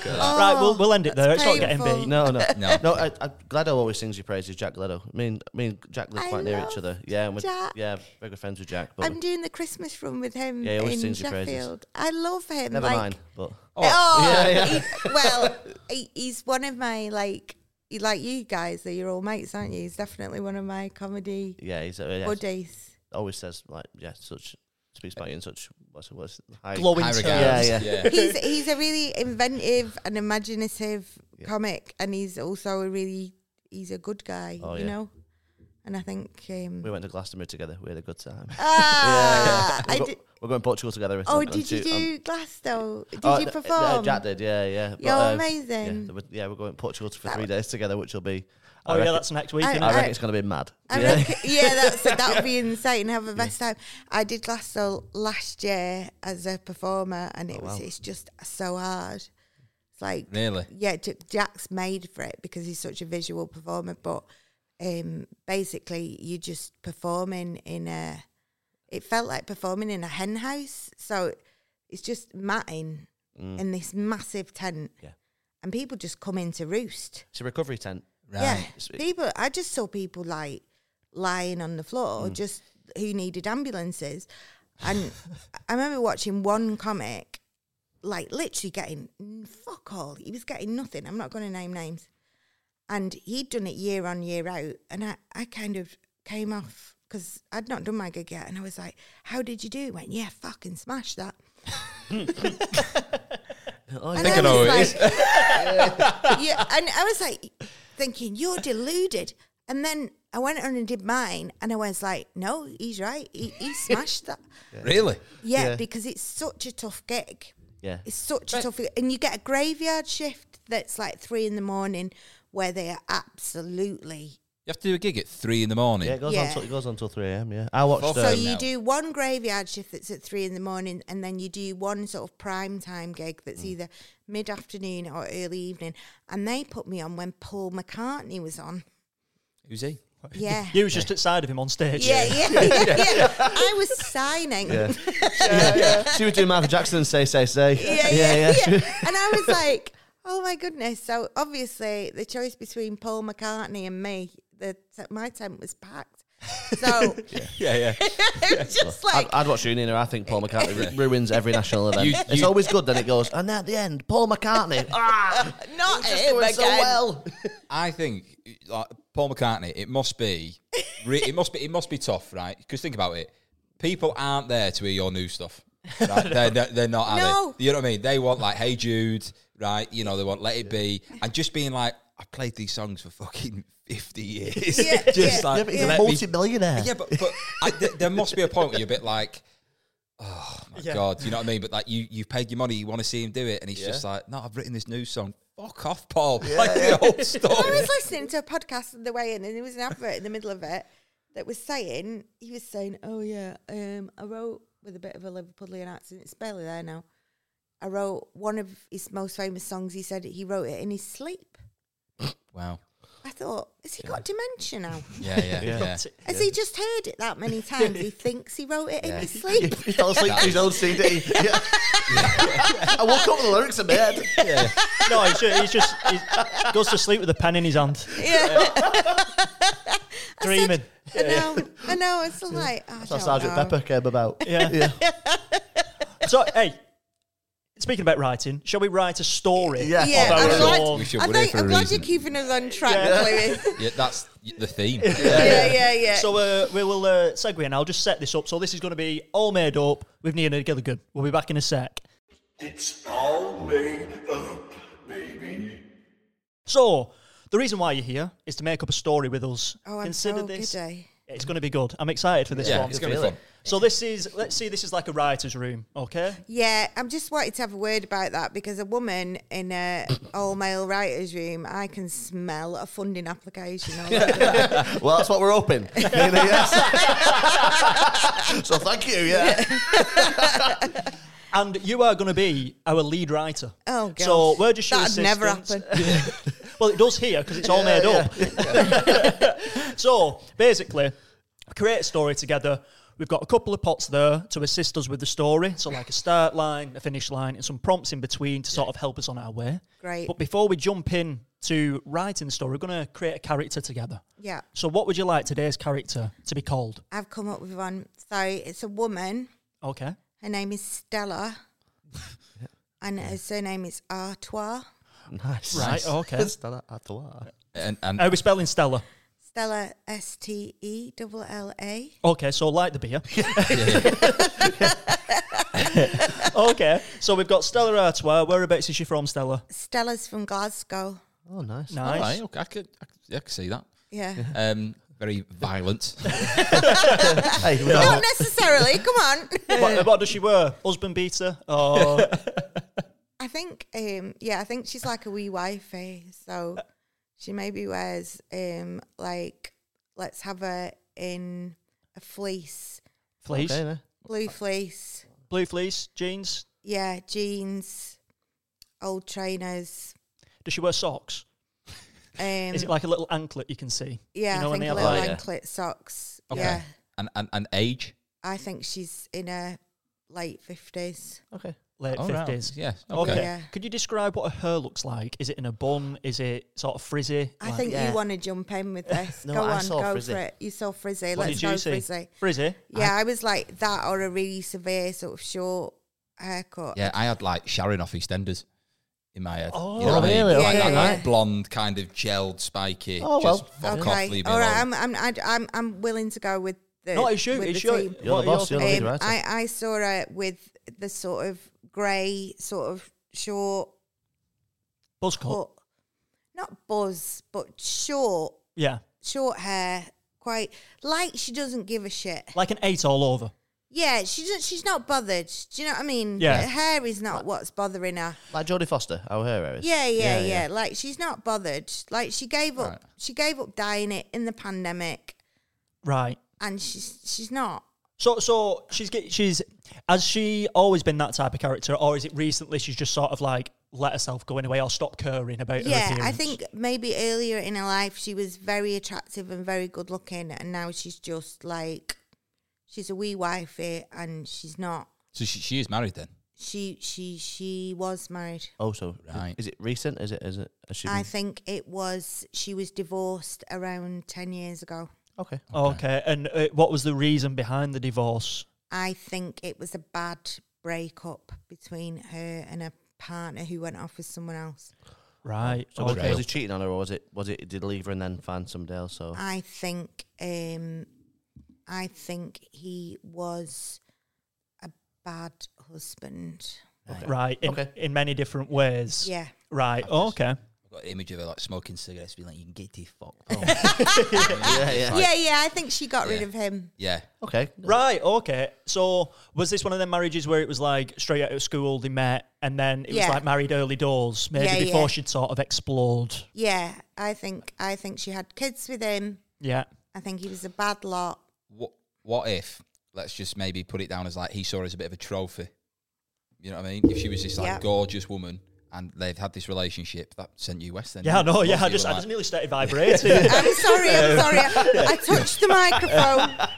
S4: Oh,
S2: right, we'll, we'll end it there. It's not getting
S4: painful.
S2: beat.
S3: No, no,
S1: No.
S3: no. No, I, I, Glado always sings your praises. Jack Glado. Me and me and Jack live
S4: I
S3: quite near each
S4: love
S3: other. Yeah, and we're-
S4: Jack.
S3: yeah, very good friends with Jack. But
S4: I'm doing the Christmas run with him
S3: Yeah, he always
S4: in
S3: sings your praises.
S4: Sheffield. I love him.
S3: never
S4: like,
S3: mind. But
S4: Oh,
S3: Yeah, yeah.
S4: he- well, he, he's one of my like, he- like you guys that you're all mates, aren't you? He's definitely one of my comedy
S3: yeah, he's uh, yeah,
S4: buddies.
S3: always says like yeah, such speaks about you in such what's what's high.
S2: Glowing
S1: High
S2: terms.
S1: regards.
S3: Yeah,
S1: yeah.
S4: he's he's a really inventive and imaginative comic, and he's also a really he's a good guy,
S3: Oh,
S4: you
S3: yeah.
S4: know. And I think um,
S3: We went to Glastonbury together. We had a good time.
S4: ah,
S3: We're,
S4: I
S3: go-
S4: did,
S3: we're going to Portugal together. it's
S4: oh,
S3: on- on
S4: did you
S3: Tu- on-
S4: do Glasgow? Did
S3: Oh,
S4: you
S3: no, no,
S4: perform?
S3: Jack did. Yeah, yeah. But,
S4: You're
S3: um, Yeah,
S4: amazing.
S3: we're, yeah, we're going to Portugal for
S4: That
S3: three
S4: was-
S3: days together, which will be. I
S2: Oh, yeah,
S3: reckon-
S2: that's next week.
S4: I-
S2: isn't
S3: I
S2: it?
S3: reckon it's going to be mad.
S4: I
S3: yeah.
S4: reckon, yeah, that's that would be insane. Have a best time. I did Glasgow last year as a performer, and
S3: Oh,
S4: it was it's just so hard. It's like
S1: Really?
S4: yeah, J- Jack's made for it because he's such a visual performer. But um, basically, you just performing in a. It felt like performing in a hen house, so it's just matting in this massive tent,
S3: Mm. Yeah.
S4: and people just come in to roost.
S3: It's a recovery tent.
S4: Yeah,
S1: Right.
S3: It's-
S4: people. I just saw people like lying on the
S3: Mm.
S4: floor, just who needed ambulances. And I remember watching one comic, like literally getting n- fuck all. He was getting nothing. I'm not going to name names. And he'd done it year on year out, and I, I kind of came off because I'd not done my gig yet, and I was like, "How did you do?" He went, "Yeah, fucking smash that."
S3: Oh,
S4: And
S1: think I know who it
S4: was
S1: is.
S4: like, yeah, and I was like thinking, you're deluded. And then I went on and did mine, and I was like, no, he's right. He, he smashed that.
S1: Really?
S4: Yeah,
S3: Yeah.
S4: because it's such a tough gig.
S3: yeah.
S4: It's such a tough, and you get a graveyard shift that's like three in the morning, where they are absolutely.
S1: You have to do a gig at three in the morning.
S3: Yeah, it goes on.
S4: Yeah.
S3: Till, it goes on till three a.m. Yeah, I watched.
S1: Fuck.
S4: So
S1: Um,
S3: Um,
S4: you
S1: no.
S4: do one graveyard shift that's at three in the morning, and then you do one sort of prime time gig that's either mid afternoon or early evening. And they put me on when Paul McCartney was on.
S1: Who's he?
S4: Yeah.
S2: You was just at side of him on stage.
S4: Yeah, yeah, yeah, yeah. I was signing.
S3: yeah.
S4: Yeah,
S3: she was doing Michael Jackson. Say, say, say.
S4: yeah, yeah. And I was like, oh my goodness. So obviously, the choice between Paul McCartney and me, the my tent was packed. So
S1: Yeah, yeah.
S4: it was just
S3: I'd,
S4: like,
S3: I'd watch Union, I think Paul McCartney ru- ruins every national event.
S1: You-
S3: it's
S1: you-
S3: always good, then it goes, and at the end, Paul McCartney. ah,
S4: not
S3: just
S4: him
S3: doing so
S4: Oh, again.
S3: well.
S1: I think like, Paul McCartney. It must be. Re- it must be. It must be tough, right? Because think about it. People aren't there to hear your new stuff. Right? they're, they're, they're not. Are
S4: No.
S1: They? You know what I mean? They want like, "Hey Jude," right? You know, they want "Let It Be," and just being like, "I played these songs for fucking fifty years."
S4: Yeah,
S1: just
S4: yeah,
S1: like
S3: yeah, but he's
S1: let me-
S3: a multi-millionaire.
S1: Yeah, but but I, th- there must be a point where you're a bit like. Oh my
S2: Yeah.
S1: god! You know what I mean, but like you, you've paid your money. You want to see him do it, and he's just like, "No, I've written this new song. Fuck off, Paul! Like the old
S4: I
S1: stuff."
S4: was listening to a podcast on the way in, and there was an advert in the middle of it that was saying, he was saying, oh yeah, um, I wrote with a bit of a Liverpudlian accent. It's barely there now. I wrote one of his most famous songs. He said he wrote it in his sleep.
S1: Wow.
S4: I thought, has he got dementia now?
S1: Yeah, yeah, yeah.
S4: Has he just heard it that many times? he thinks he wrote it in his sleep.
S3: He fell asleep to his own CD. Yeah. I woke up with the lyrics in my head.
S2: No, he's just, he's just he goes to sleep with a pen in his hand,
S4: yeah,
S2: dreaming.
S4: I know. I know. It's like I
S3: That's how
S4: don't
S3: Sergeant
S4: know.
S3: Pepper came about.
S2: Yeah. So, hey, speaking about writing, shall we write a story?
S3: Yeah.
S4: Yeah,
S2: Although
S4: I'm
S2: it's
S4: glad.
S2: all-
S1: We should
S4: I
S1: we're here
S4: think,
S1: for a
S4: I'm glad
S1: reason.
S4: you're keeping us on track,
S2: Yeah.
S4: Louis.
S1: Yeah, that's the theme.
S4: yeah, yeah, yeah.
S2: So uh, we will uh, segue and I'll just set this up. So this is going to be all made up with Nina Gilligan. We'll be back in a sec.
S5: It's all made up, baby.
S2: So the reason why you're here is to make up a story with us.
S4: oh, I'm
S2: Consider
S4: so
S2: this.
S4: giddy.
S2: It's going to be good. I'm excited for this
S1: Yeah,
S2: one.
S1: it's gonna be
S3: Really?
S1: fun.
S2: So this is let's see. This is like a writer's room. Okay.
S4: Yeah, I'm just wanting to have a word about that because a woman in a all male writers' room, I can smell a funding application. already.
S3: Well, that's what we're hoping. Really, yes. so thank you, yeah.
S2: And you are going to be our lead writer.
S4: Oh, gosh.
S2: So we're just your
S4: That'd never
S2: assistants. well, it does here because it's all made up. so basically, we create a story together. We've got a couple of pots there to assist us with the story. So like a start line, a finish line, and some prompts in between to sort of help us on our way.
S4: Great.
S2: But before we jump in to writing the story, we're going to create a character together.
S4: yeah,
S2: So what would you like today's character to be called?
S4: I've come up with one. So it's a woman.
S2: Okay.
S4: Her name is Stella, and her surname is Artois.
S3: Nice.
S2: Right, oh. okay.
S3: It's done at the war.
S1: And, and
S2: Are we spelling Stella?
S4: Stella, S T E double L A.
S2: Okay, so like the beer. okay, so we've got Stella Artois. Whereabouts is she from, Stella?
S4: Stella's from Glasgow.
S3: Oh, nice.
S1: all
S2: Nice.
S1: right, okay, I could, I could, yeah, I could see that.
S4: Yeah.
S1: Um, very violent.
S3: Hey, we
S4: Not
S3: don't,
S4: necessarily. Come on.
S2: What, what does she wear? Husband beater? Or
S4: I think, um, yeah, I think she's like a wee wifey. So she maybe wears, um, like, let's have her in a fleece,
S2: fleece?
S3: okay, no.
S4: blue fleece,
S2: Blue fleece jeans?
S4: yeah, jeans, old trainers.
S2: Does she wear socks?
S4: Um,
S2: Is it like a little anklet you can see?
S4: yeah,
S2: you know
S4: I
S2: when
S4: think
S2: they
S4: a
S2: have
S4: little
S2: like-
S4: anklet socks.
S1: Okay.
S4: Yeah,
S1: And, and and age.
S4: I think she's in her late fifties.
S3: okay.
S2: late
S1: All right,
S2: fifties.
S1: yes,
S2: Okay.
S1: okay.
S4: Yeah.
S2: Could you describe what her hair looks like? Is it in a bun? Is it sort of frizzy?
S4: I
S2: Like-
S4: think
S3: yeah.
S4: you want to jump in with this.
S3: No,
S4: go
S3: I
S4: on,
S3: saw
S4: go
S3: frizzy.
S4: for it. You saw frizzy.
S2: What
S4: Let's
S2: did
S4: go
S2: you see?
S4: frizzy.
S2: Frizzy.
S4: Yeah, I, was like that or a really severe sort of short haircut.
S1: yeah, I had like Sharon off EastEnders in my head.
S2: Oh,
S1: what I mean?
S3: really?
S1: Like
S4: Yeah,
S1: that,
S4: yeah,
S1: like,
S4: yeah.
S1: blonde, kind of gelled, spiky.
S3: Oh, well.
S1: Just fuck
S4: okay.
S1: off, leave me
S4: All right,
S1: alone.
S4: I'm, I'm, I'd- I'm, I'm willing to go with the.
S2: No, it's you.
S4: with
S2: It's
S4: the
S2: your.
S4: team.
S3: You're
S2: what
S3: the
S2: are
S3: boss,
S2: your
S3: you're the
S2: things?
S3: leader.
S4: Um,
S3: writer.
S4: I, I saw it with the sort of grey, sort of short,
S2: Buzz cut.
S4: but not buzz, but short,
S2: Yeah.
S4: short hair. Quite like she doesn't give a shit.
S2: Like an eight all over.
S4: Yeah, she's she's not bothered. Do you know what I mean?
S2: Yeah.
S4: Her hair is not what's bothering her.
S3: Like Jodie Foster, how her hair is.
S4: Yeah, yeah, yeah, Like she's not bothered. Like she gave up. She gave up dyeing it in the pandemic,
S2: Right.
S4: and she's she's not.
S2: So, so she's get, she's has she always been that type of character, or is it recently she's just sort of like let herself go in a way, or stop caring about? her
S4: yeah, I
S2: appearance?
S4: think maybe earlier in her life she was very attractive and very good looking, and now she's just like she's a wee wifey, and she's not.
S1: So she, she is married then.
S4: She she she was married.
S3: Also,
S1: Right.
S3: Oh, is it recent? Is it? Is it? Has she
S4: I
S3: been-
S4: think it was she was divorced around ten years ago.
S3: okay.
S2: Okay, and uh, what was the reason behind the divorce?
S4: I think it was a bad breakup between her and her partner who went off with someone else.
S3: Oh.
S2: Right.
S3: So was,
S2: okay.
S3: was he cheating on her, or was it? Was it? Did he leave her and then find somebody else? So
S4: I think um I think he was a bad husband.
S2: Right. In,
S3: Okay.
S2: in many different ways.
S4: Yeah.
S2: Right. Okay.
S1: I've got an image of her like smoking cigarettes, being like, "You can get the fuck."
S3: yeah, yeah.
S4: Yeah, yeah, I think she got rid
S1: Yeah.
S4: of him.
S1: yeah,
S3: Okay.
S2: Right. Okay. So was this one of them marriages where it was like straight out of school they met, and then it
S4: Yeah.
S2: was like married early doors, maybe
S4: Yeah,
S2: before
S4: yeah.
S2: she'd sort of explored?
S4: Yeah, I think I think she had kids with him.
S2: Yeah.
S4: I think he was a bad lot.
S1: what what if let's just maybe put it down as like he saw her as a bit of a trophy you know what i mean if she was this like
S4: Yeah.
S1: gorgeous woman and they've had this relationship that sent you west then
S2: Yeah.
S1: didn't it?
S2: No.
S1: Obviously
S2: Yeah. I
S1: you
S2: just
S1: were
S2: I
S1: like-
S2: just nearly started vibrating.
S4: I'm sorry, I'm sorry. I, I touched the microphone.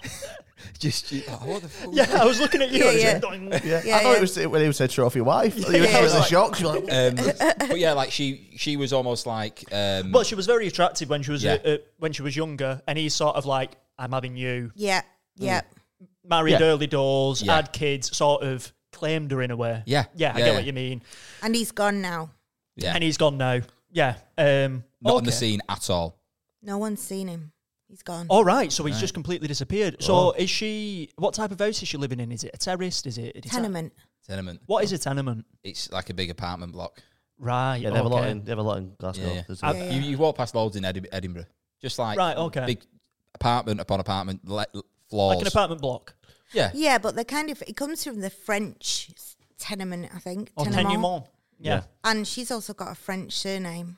S1: just you- oh, what the fuck
S2: yeah. I was looking at you.
S4: Yeah,
S2: and
S4: yeah.
S2: just-
S4: Yeah,
S3: I thought
S4: yeah.
S3: it was when he was saying trophy wife. You were
S4: Yeah.
S3: really shocked. You were like,
S1: um, but yeah like she she was almost like um
S2: But she was very attractive when she was uh,
S1: Yeah.
S2: uh, when she was younger, and he's sort of like, "I'm having you."
S4: Yeah, yeah.
S3: Mm.
S2: Married
S1: Yeah.
S2: early doors,
S1: Yeah.
S2: had kids, sort of claimed her in a way.
S1: Yeah.
S2: Yeah.
S1: Yeah,
S2: I get
S1: yeah.
S2: what you mean.
S4: And he's gone now.
S1: yeah
S2: and he's gone now. Yeah. Um,
S1: not on the
S2: okay.
S1: scene at all
S4: No one's seen him. He's gone.
S2: All right, so he's just completely disappeared. So is she? What type of house is she living in? Is it a terrace? Is it is
S4: Tenement.
S1: tenement
S2: It, what is a tenement?
S1: it's like a big apartment block
S2: Right.
S3: yeah, they
S2: okay.
S3: have a lot in. They have a lot in Glasgow.
S1: yeah,
S3: There's
S1: yeah.
S3: a-
S4: Yeah, yeah.
S1: You, you walk past loads in Edin- edinburgh just like
S2: Right, okay.
S1: big apartment upon apartment le- floors
S2: like an apartment block.
S1: yeah
S4: Yeah, but the kind of it comes from the French s- tenement, I think.
S2: Or
S4: tenement.
S2: Oh, tenement. Yeah.
S4: And she's also got a French surname.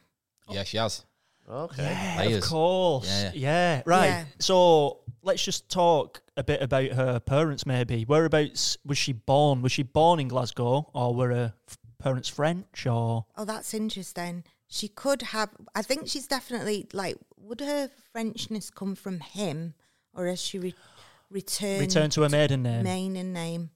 S1: yeah she has
S3: Okay.
S2: Yeah, of
S1: Layers.
S2: course. Yeah.
S1: Yeah.
S2: Right.
S4: Yeah.
S2: So let's just talk a bit about her parents, maybe. Whereabouts was she born? Was she born in Glasgow, or were her f- parents French? Or
S4: Oh, that's interesting. She could have. I think she's definitely like. Would her Frenchness come from him, or has she re- returned
S2: return to her maiden name?
S4: main and name?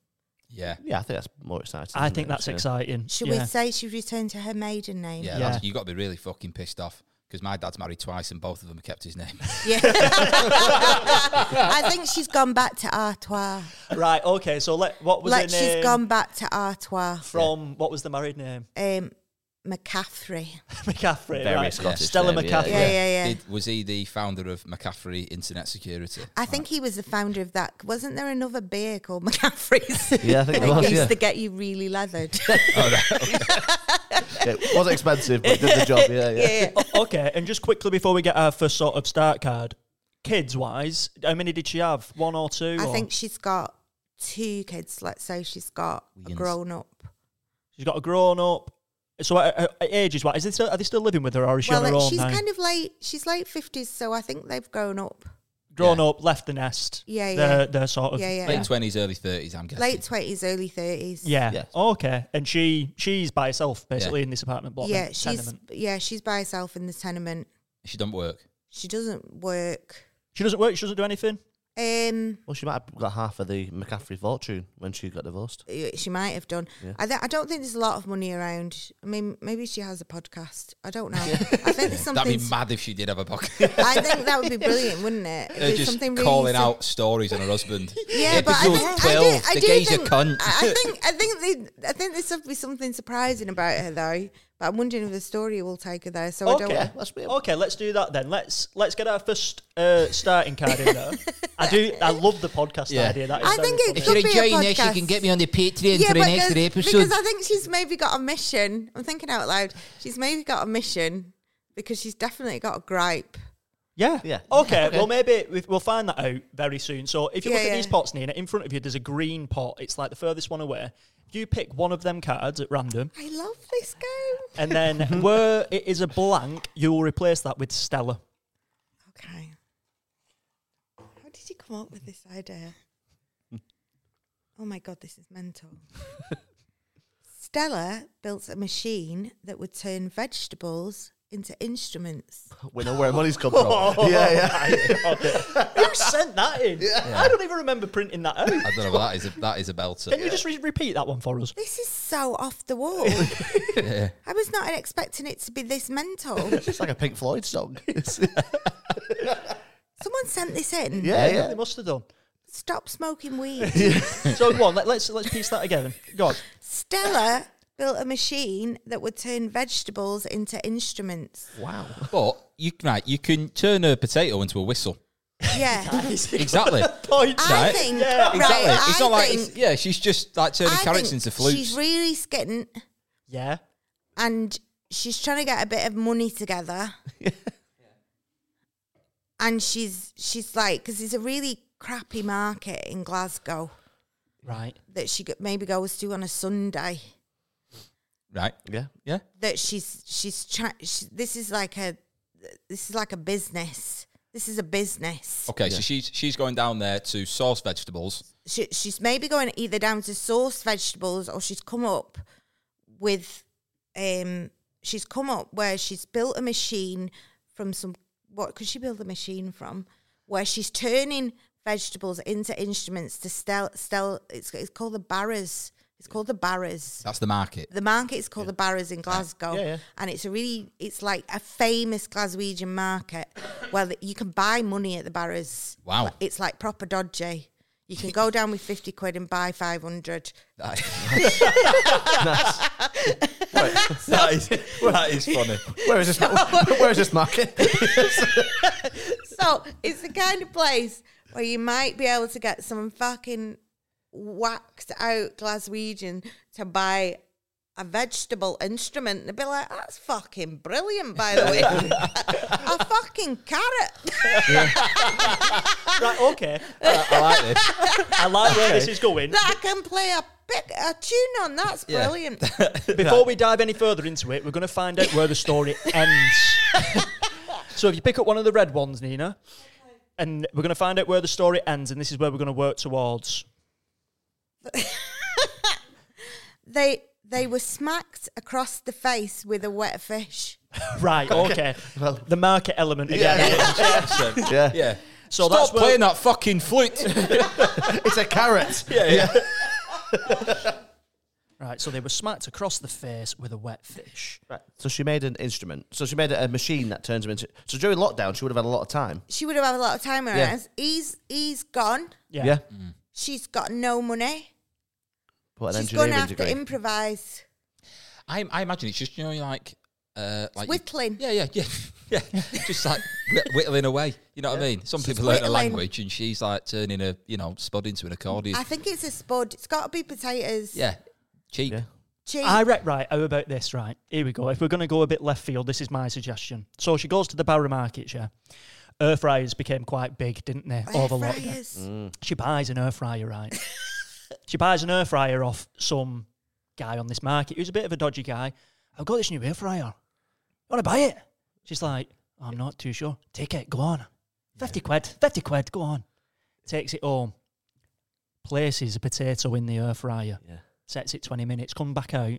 S1: yeah
S3: Yeah, I think that's more exciting.
S2: I
S3: isn't
S2: think
S3: it?
S2: that's
S3: Yeah.
S2: exciting.
S4: Should
S2: yeah.
S4: we say she returned to her maiden name?
S1: Yeah,
S2: Yeah.
S1: That's, you got to be really fucking pissed off because my dad's married twice and both of them have kept his name.
S4: Yeah. I think she's gone back to Artois.
S2: Right. Okay. So let what was
S4: like
S2: her
S4: she's
S2: name
S4: gone back to Artois.
S2: from? What was the married name?
S4: Um, McCaffrey.
S2: McCaffrey.
S3: Very
S2: right.
S3: Scottish
S2: Stella
S3: name, yeah,
S2: McCaffrey.
S4: Yeah, yeah, yeah.
S1: Did, was he the founder of McCaffrey Internet Security?
S4: I think he was the founder of that. Wasn't there another beer called McCaffrey's?
S3: Yeah, I think it was.
S4: used
S3: Yeah.
S4: to get you really leathered.
S3: Yeah, it was expensive, but it did the job. Yeah, yeah.
S4: yeah.
S2: O- okay. And just quickly before we get our first sort of start card, kids wise, how many did she have? One or two?
S4: I
S2: or-
S4: think she's got two kids. Let's say she's got a
S1: Wiggins.
S4: grown up.
S2: she's got a grown up. So at, at- at ages wise, is this, are they still living with her or is she
S4: Well,
S2: on her
S4: like,
S2: own
S4: she's
S2: now?
S4: kind of late. She's late fifties, so I think they've grown up.
S2: grown
S1: Yeah.
S2: up, left the nest.
S4: Yeah, yeah.
S2: They're, they're sort of
S4: Yeah, yeah.
S1: Late twenties, early thirties. I'm guessing.
S4: Late twenties, early thirties.
S2: Yeah.
S3: Yes.
S2: Okay. And she she's by herself basically in this apartment block.
S4: yeah.
S2: then,
S4: She's
S2: tenement.
S4: yeah. She's by herself in the tenement.
S1: She don't work.
S4: She doesn't work.
S2: She doesn't work. She doesn't do anything.
S4: Um,
S3: Well, she might have got half of the McCaffrey fortune when she got divorced.
S4: she might have done. I, th- I don't think there's a lot of money around. I mean, maybe she has a podcast. I don't know. I think there's
S1: That'd
S4: something.
S1: be mad if she did have a podcast.
S4: I think that would be brilliant, wouldn't it? If
S1: They're
S4: there's
S1: just
S4: really
S1: calling
S4: sim-
S1: out stories on her husband.
S4: Yeah, but I
S1: Episode
S4: think, I
S1: 12,
S4: do, I
S1: the
S4: do
S1: gay's a
S4: think,
S1: cunt.
S4: I I think I think they, I think there's be something surprising about her though, But I'm wondering if the story will take her there. So I
S2: Okay,
S4: don't.
S3: let's be-
S2: okay. Let's do that then. Let's let's get our first uh, starting card in there. I do. I love the podcast
S1: Yeah.
S2: idea. That is
S4: I
S2: very
S4: think it
S2: funny.
S1: If you're
S4: Could be a
S1: enjoying this, you
S4: podcast.
S1: can get me on the Patreon for
S4: but
S1: an extra
S4: there's-
S1: episode.
S4: because I think she's maybe got a mission. I'm thinking out loud. She's maybe got a mission because she's definitely got a gripe.
S2: Yeah.
S3: Yeah.
S2: Okay, Well, maybe we- we'll find that out very soon. So if you
S4: Yeah,
S2: look at
S4: yeah.
S2: these pots, Nina, in front of you, there's a green pot. It's like the furthest one away. You pick one of them cards at random,
S4: I love this game.
S2: and then where it is a blank, you will replace that with Stella.
S4: Okay. How did you come up with this idea? oh my god, this is mental. Stella built a machine that would turn vegetables into instruments.
S3: We know where money's come from. yeah, yeah.
S2: Who sent that in? I don't even remember printing that out.
S1: I don't know. That is a, that is a belter.
S2: Can you just re- repeat that one for us?
S4: This is so off the wall. I was not expecting it to be this mental.
S3: It's like a Pink Floyd song.
S4: Someone sent this in.
S3: yeah,
S2: They
S3: yeah.
S2: must have done.
S4: Stop smoking weed.
S2: So go on. Let, let's let's piece that together. Go on.
S4: Stella built a machine that would turn vegetables into instruments.
S3: Wow.
S1: But you right, you can turn a potato into a whistle.
S4: Yeah.
S1: Exactly.
S2: Point.
S4: I
S1: Right.
S4: think,
S2: Yeah,
S4: right,
S1: exactly.
S4: I
S1: it's not like
S4: think,
S1: it's- yeah, she's just like turning
S4: I
S1: carrots
S4: think
S1: into flutes.
S4: She's really skint
S2: Yeah.
S4: and she's trying to get a bit of money together. and she's she's like, because it's a really crappy market in Glasgow
S2: Right.
S4: that she go- maybe goes to on a Sunday.
S1: right.
S3: Yeah.
S1: Yeah.
S4: That she's she's trying. She, this is like a this is like a business. This is a business.
S1: Okay, so she's she's going down there to source vegetables.
S4: she, she's maybe going either down to source vegetables or she's come up with um she's come up where she's built a machine from some what could she build a machine from where she's turning vegetables into instruments to sell sell it's, it's called the barras it's called the barras
S1: That's the market.
S4: the market is called the Barrows in Glasgow,
S3: Yeah, yeah.
S4: and it's a really it's like a famous Glaswegian market where that you can buy money at the Barrows.
S1: Wow.
S4: Like, it's like proper dodgy. You can go down with fifty quid and buy five hundred.
S1: that is that is funny.
S3: Where is this? where is this market?
S4: So it's the kind of place where you might be able to get some fucking waxed out Glaswegian to buy a vegetable instrument and they'd be like, that's fucking brilliant, by the way. a, a fucking carrot.
S2: Right. Okay.
S1: I, I like this.
S2: I like where this is going.
S4: that I can play a pick a tune on. That's
S1: Yeah.
S4: brilliant.
S2: Before we dive any further into it, we're going to find out where the story ends. so if you pick up one of the red ones, Nina, and we're going to find out where the story ends, and this is where we're going to work towards.
S4: they they were smacked across the face with a wet fish.
S2: Right. Okay.
S3: Well-
S2: the market element again.
S3: Yeah.
S1: Yeah.
S2: So
S1: Stop
S2: that's where-
S1: playing that fucking flute.
S3: It's a carrot.
S2: Right. So they were smacked across the face with a wet fish.
S3: Right. So she made an instrument. So she made a machine that turns them into. So during lockdown, she would have had a lot of time.
S4: She would have had a lot of time on her
S3: Yeah.
S4: hands. He's he's gone.
S2: Yeah.
S4: Mm. She's got no money.
S3: But an
S4: She's
S3: engineering
S4: gonna have
S3: degree.
S4: to improvise.
S1: I, I imagine it's just you know like uh like you-
S4: whittling.
S1: yeah, yeah, yeah, yeah. just like whitt- whittling away. You know what I mean? Some people learn a
S4: whittling.
S1: language, and she's like turning a you know spud into an accordion.
S4: I think it's a spud. It's got to be potatoes.
S1: yeah, cheap.
S3: Yeah.
S4: Cheap.
S2: I re- right. How about this? Right. Here we go. If we're going to go a bit left field, this is my suggestion. So she goes to the Barrow Market. Yeah. Air fryers became quite big, didn't they?
S4: Air
S2: Over lockdown.
S4: fryers.
S2: She buys an air fryer, right? she buys an air fryer off some guy on this market who's a bit of a dodgy guy. I've got this new air fryer. You want to buy it? She's like, I'm not too sure. Take it, go on. 50 quid, 50 quid, go on. Takes it home, places a potato in the air fryer,
S3: Yeah.
S2: sets it 20 minutes, come back out.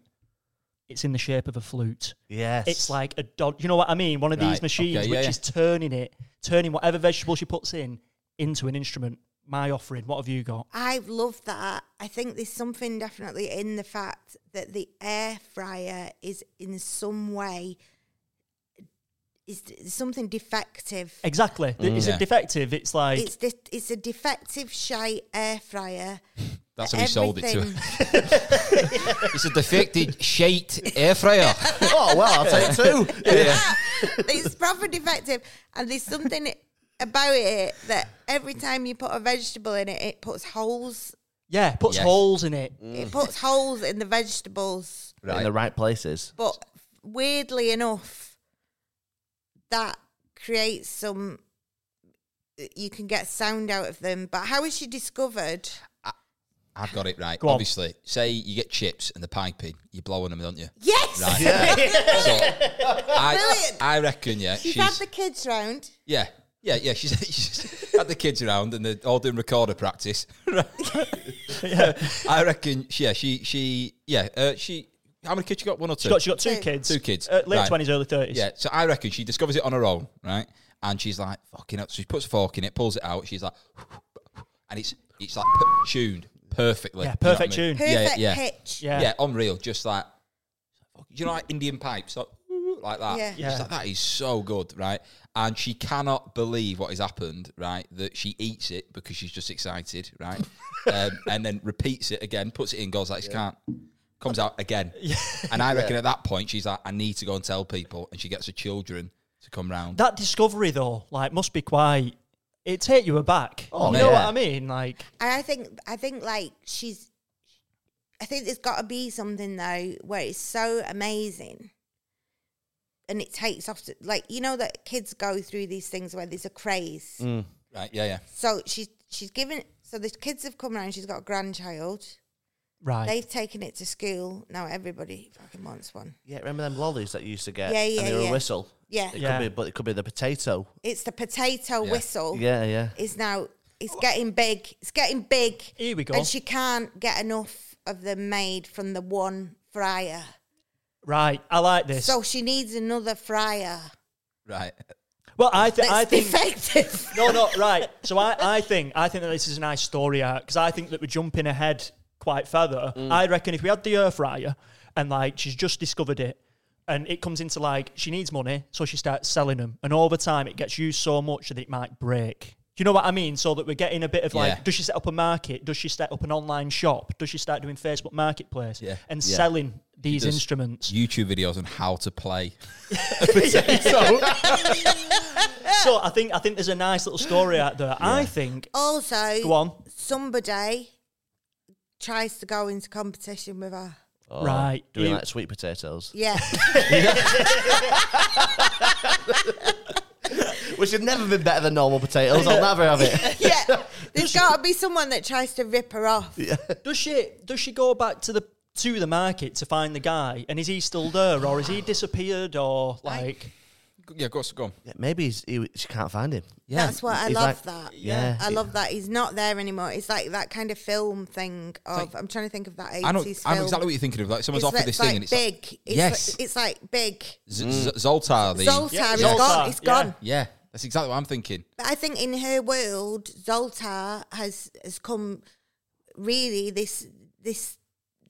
S2: It's in the shape of a flute.
S3: Yes.
S2: It's like a dod. You know what I mean? One of
S1: Right,
S2: these machines
S1: okay, yeah,
S2: which
S1: yeah.
S2: is turning it, turning whatever vegetable she puts in into an instrument. My offering. What have you got?
S4: I love that. I think there's something definitely in the fact that the air fryer is in some way is something defective.
S2: Exactly. Is
S1: Yeah.
S2: it defective? It's like
S4: it's this, it's a defective shy air fryer
S1: That's how he sold it to her. It's a defected shite air fryer.
S3: oh well, I'll take two.
S1: yeah.
S4: it's proper defective, and there's something about it that every time you put a vegetable in it, it puts holes.
S2: Yeah, it puts
S1: Yes. Mm.
S2: holes in it.
S4: It puts holes in the vegetables.
S3: In the right places.
S4: But weirdly enough, that creates some. You can get sound out of them, but how is she discovered?
S1: I've got it right.
S2: Go on.
S1: Obviously, say you get chips and the piping, you're blowing them, don't you?
S4: Yes,
S1: Right. So I,
S4: Brilliant.
S1: I reckon, yeah.
S4: she's had the kids round.
S1: Yeah, yeah, yeah. She's, she's had the kids around and they're all doing recorder practice. I reckon. Yeah, she, she, yeah, uh, she. How many kids you got? One or two?
S2: She got, she got two
S4: Two.
S2: kids.
S1: Two kids.
S2: Uh,
S1: Right.
S2: late 20s, early 30s.
S1: yeah. So I reckon she discovers it on her own, right? And she's like, "Fucking up." So she puts a fork in it, pulls it out. She's like, and it's it's like per- tuned perfectly.
S2: Yeah,
S1: You know what
S2: perfect
S1: I mean?
S2: tune.
S4: Perfect
S1: yeah, yeah.
S4: pitch.
S2: Yeah.
S1: Yeah. unreal. Just like, fuck, you know, like Indian pipes, like, like that.
S4: Yeah.
S1: She's
S2: Yeah.
S1: like, that is so good, right? And she cannot believe what has happened, right? That she eats it because she's just excited, right? um, and then repeats it again, puts it in, goes like, she can't. Comes out again. And I reckon at that point, she's like, I need to go and tell people. And she gets her children to come round.
S2: That discovery, though, like, must be quite. It take you aback.
S3: Oh,
S2: you know
S3: yeah.
S2: what I mean? Like,
S4: And I think I think like she's. I think there's got to be something though where it's so amazing, and it takes off. To, like you know that kids go through these things where there's a craze.
S2: Mm.
S1: right, yeah, yeah.
S4: So she's she's given. So the kids have come round. She's got a grandchild.
S2: right.
S4: They've taken it to school. Now everybody fucking wants one.
S3: Yeah, remember them lollies that you used to get?
S4: Yeah, yeah,
S3: And they were
S4: yeah.
S3: a whistle.
S4: Yeah.
S3: It
S2: Yeah.
S3: could be, but it could be the potato.
S4: It's the potato
S1: Yeah.
S4: whistle.
S3: Yeah, yeah.
S4: Is now it's getting big. It's getting big.
S2: Here we go.
S4: And she can't get enough of them made from the one fryer.
S2: right. I like this.
S4: So she needs another fryer.
S1: Right.
S2: well, I, th-
S4: That's
S2: I think.
S4: defective.
S2: No, no, right. So I, I think I think that this is a nice story arc because I think that we're jumping ahead quite further.
S1: Mm.
S2: I reckon if we had the air fryer and like she's just discovered it and it comes into like she needs money, so she starts selling them, and over time it gets used so much that it might break. Do you know what I mean? So that we're getting a bit of like,
S1: Yeah.
S2: does she set up a market? Does she set up an online shop? Does she start doing Facebook Marketplace
S1: Yeah.
S2: and
S1: Yeah.
S2: selling these
S1: does.
S2: instruments?
S1: YouTube videos on how to play.
S2: So I think I think there's a nice little story out there. I think
S4: Also,
S2: go on,
S4: somebody tries to go into competition with her.
S3: Or
S2: Right,
S3: Doing
S2: you-
S3: like sweet potatoes.
S4: Yeah.
S3: Which have never been better than normal potatoes. I'll never have it.
S4: yeah. There's got to be someone that tries to rip her off.
S2: Does she does she go back to the to the market to find the guy and is he still there or is he disappeared or like
S1: yeah, go, go on.
S3: Yeah, Maybe he's, he, she can't find him. Yeah.
S4: That's what I
S3: he's
S4: love
S3: like-
S4: that.
S3: Yeah.
S4: I love that he's not there anymore. It's like that kind of film thing of I'm trying to think of that 80s
S1: I know,
S4: film.
S1: I know exactly what you're thinking of. Like someone's
S4: It's
S1: offered
S4: like-
S1: this
S4: like
S1: thing and it's like,
S4: big. it's
S1: Yes.
S4: like, it's like big.
S1: Z- Z- Zoltar. The,
S4: Zoltar,
S2: Yeah,
S4: is
S2: Zoltar,
S4: gone. It's
S2: yeah.
S4: gone.
S1: Yeah, that's exactly what I'm thinking.
S4: But I think in her world, Zoltar has has come really this this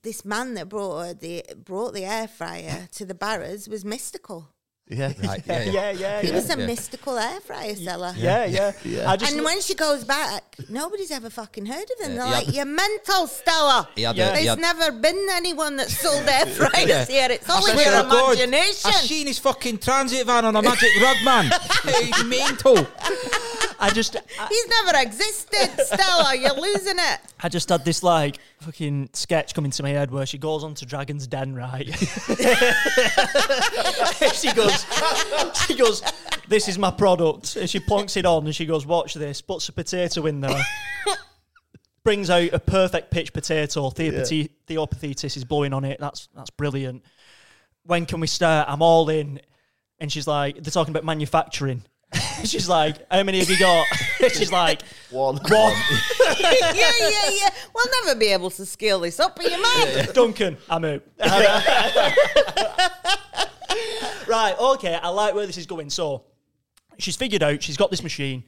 S4: this man that brought her the brought the air fryer to the Barrows was mystical.
S3: Yeah.
S1: Right, yeah, yeah.
S2: yeah yeah
S4: He
S2: yeah
S4: was a
S1: Yeah.
S4: mystical air fryer seller.
S2: yeah, yeah. I just
S4: And when she goes back, nobody's ever fucking heard of
S1: Yeah,
S4: him. They're
S1: he
S4: like,
S1: had-
S4: "You're mental, Stella."
S1: He had a-
S2: Yeah.
S1: he had-
S4: There's never been anyone that sold air fryers here. It's all in
S1: swear
S4: Oh, your
S1: to "Oh, God,
S4: imagination.
S1: I've seen his fucking transit van on a magic rug, man. He's mental.
S2: I just I,
S4: He's never existed, Stella. You're losing it.
S2: I just had this like fucking sketch coming to my head where she goes on to Dragon's Den right she goes she goes this is my product and she plonks it on and she goes watch this puts a potato in there brings out a perfect pitch potato. Theopathy, Theopathetus is blowing on it. That's that's brilliant. When can we start? I'm all in. And she's like, they're talking about manufacturing. she's like, how many have you got? she's like,
S3: One.
S2: one.
S4: yeah, yeah, yeah. We'll never be able to scale this up in your mind.
S2: Duncan, I'm out. right, okay, I like where this is going. So she's figured out she's got this machine.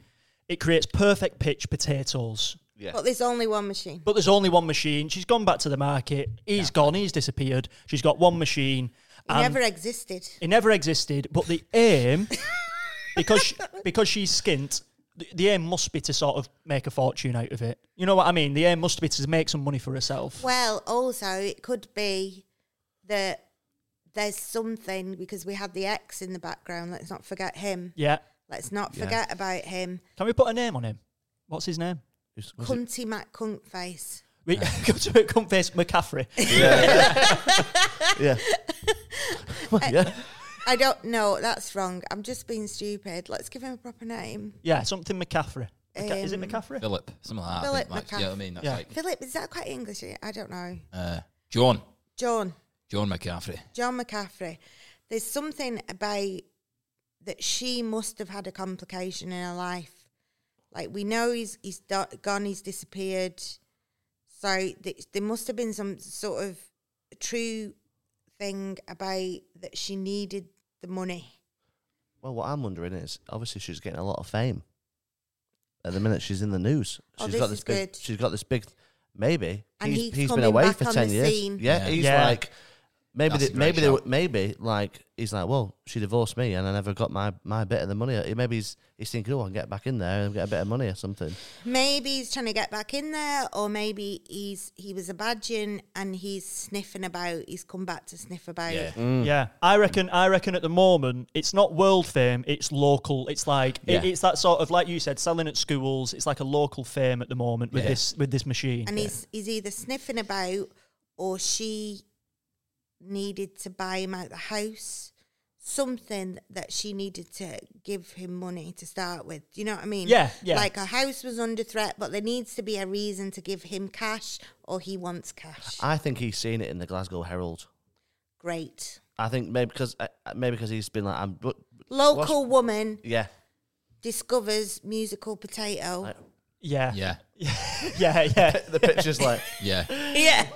S2: It creates perfect pitch potatoes.
S4: But there's only one machine.
S2: But there's only one machine. She's gone back to the market. He's gone. He's disappeared. She's got one machine.
S4: It
S2: and
S4: never existed.
S2: it never existed. But the aim, because she, because she's skint the, the aim must be to sort of make a fortune out of it. You know what I mean? The aim must be to make some money for herself.
S4: Well, also it could be that there's something because we had the ex in the background. Let's not forget him.
S2: yeah.
S4: Let's not forget about him.
S2: Can we put a name on him? What's his name?
S3: Was it-
S4: Cunty Mac Cuntface.
S2: We go to come face McCaffrey.
S3: yeah. Well, yeah.
S4: I don't know. That's wrong. I'm just being stupid. Let's give him a proper name.
S2: Yeah, something McCaffrey. Mc- is it
S4: Um,
S2: McCaffrey?
S1: Philip, something like that. I
S4: Philip
S1: think, like,
S4: McCaff-
S1: you know what I mean? That's
S2: Yeah.
S1: like
S4: Philip, is that quite English? I don't know.
S1: uh, John,
S4: John.
S1: John McCaffrey.
S4: John McCaffrey. There's something about that she must have had a complication in her life. Like we know he's he's do- gone, he's disappeared. So th- there must have been some sort of true thing about that she needed the money.
S3: Well, what I'm wondering is obviously she's getting a lot of fame. At the minute, she's in the news.
S4: Oh,
S3: She's
S4: this
S3: got this
S4: is
S3: big.
S4: good.
S3: She's got this big. Maybe
S4: And
S3: he's,
S4: he's
S3: he's been
S4: coming
S3: away
S4: back
S3: for
S4: on
S3: ten
S4: the
S3: years.
S4: scene.
S3: Yeah,
S1: Yeah.
S3: he's
S2: Yeah.
S3: like maybe
S1: That's
S3: they,
S1: a great
S3: maybe they,
S1: shout.
S3: were- maybe like he's like, well, she divorced me and I never got my my bit of the money. He- Maybe he's he's thinking, oh, I can get back in there and get a bit of money or something.
S4: Maybe he's trying to get back in there, or maybe he's he was a badging and he's sniffing about. He's come back to sniff about.
S1: Yeah.
S2: Yeah, I reckon. I reckon at the moment it's not world fame; it's local. It's like it-
S1: Yeah.
S2: it's that sort of like you said, selling at schools. It's like a local fame at the moment with
S1: Yeah.
S2: this with this machine.
S4: and he's he's either sniffing about or she needed to buy him out the house something that she needed to give him money to start with do you know what i mean
S2: Yeah, yeah.
S4: like her house was under threat but there needs to be a reason to give him cash or he wants cash
S3: I think he's seen it in the Glasgow Herald.
S4: great
S3: I think maybe because uh, maybe because he's been like, I'm, but
S4: local woman
S3: yeah,
S4: discovers musical potato
S2: yeah, yeah,
S1: Yeah,
S2: yeah, yeah.
S3: the picture's like,
S1: yeah.
S4: yeah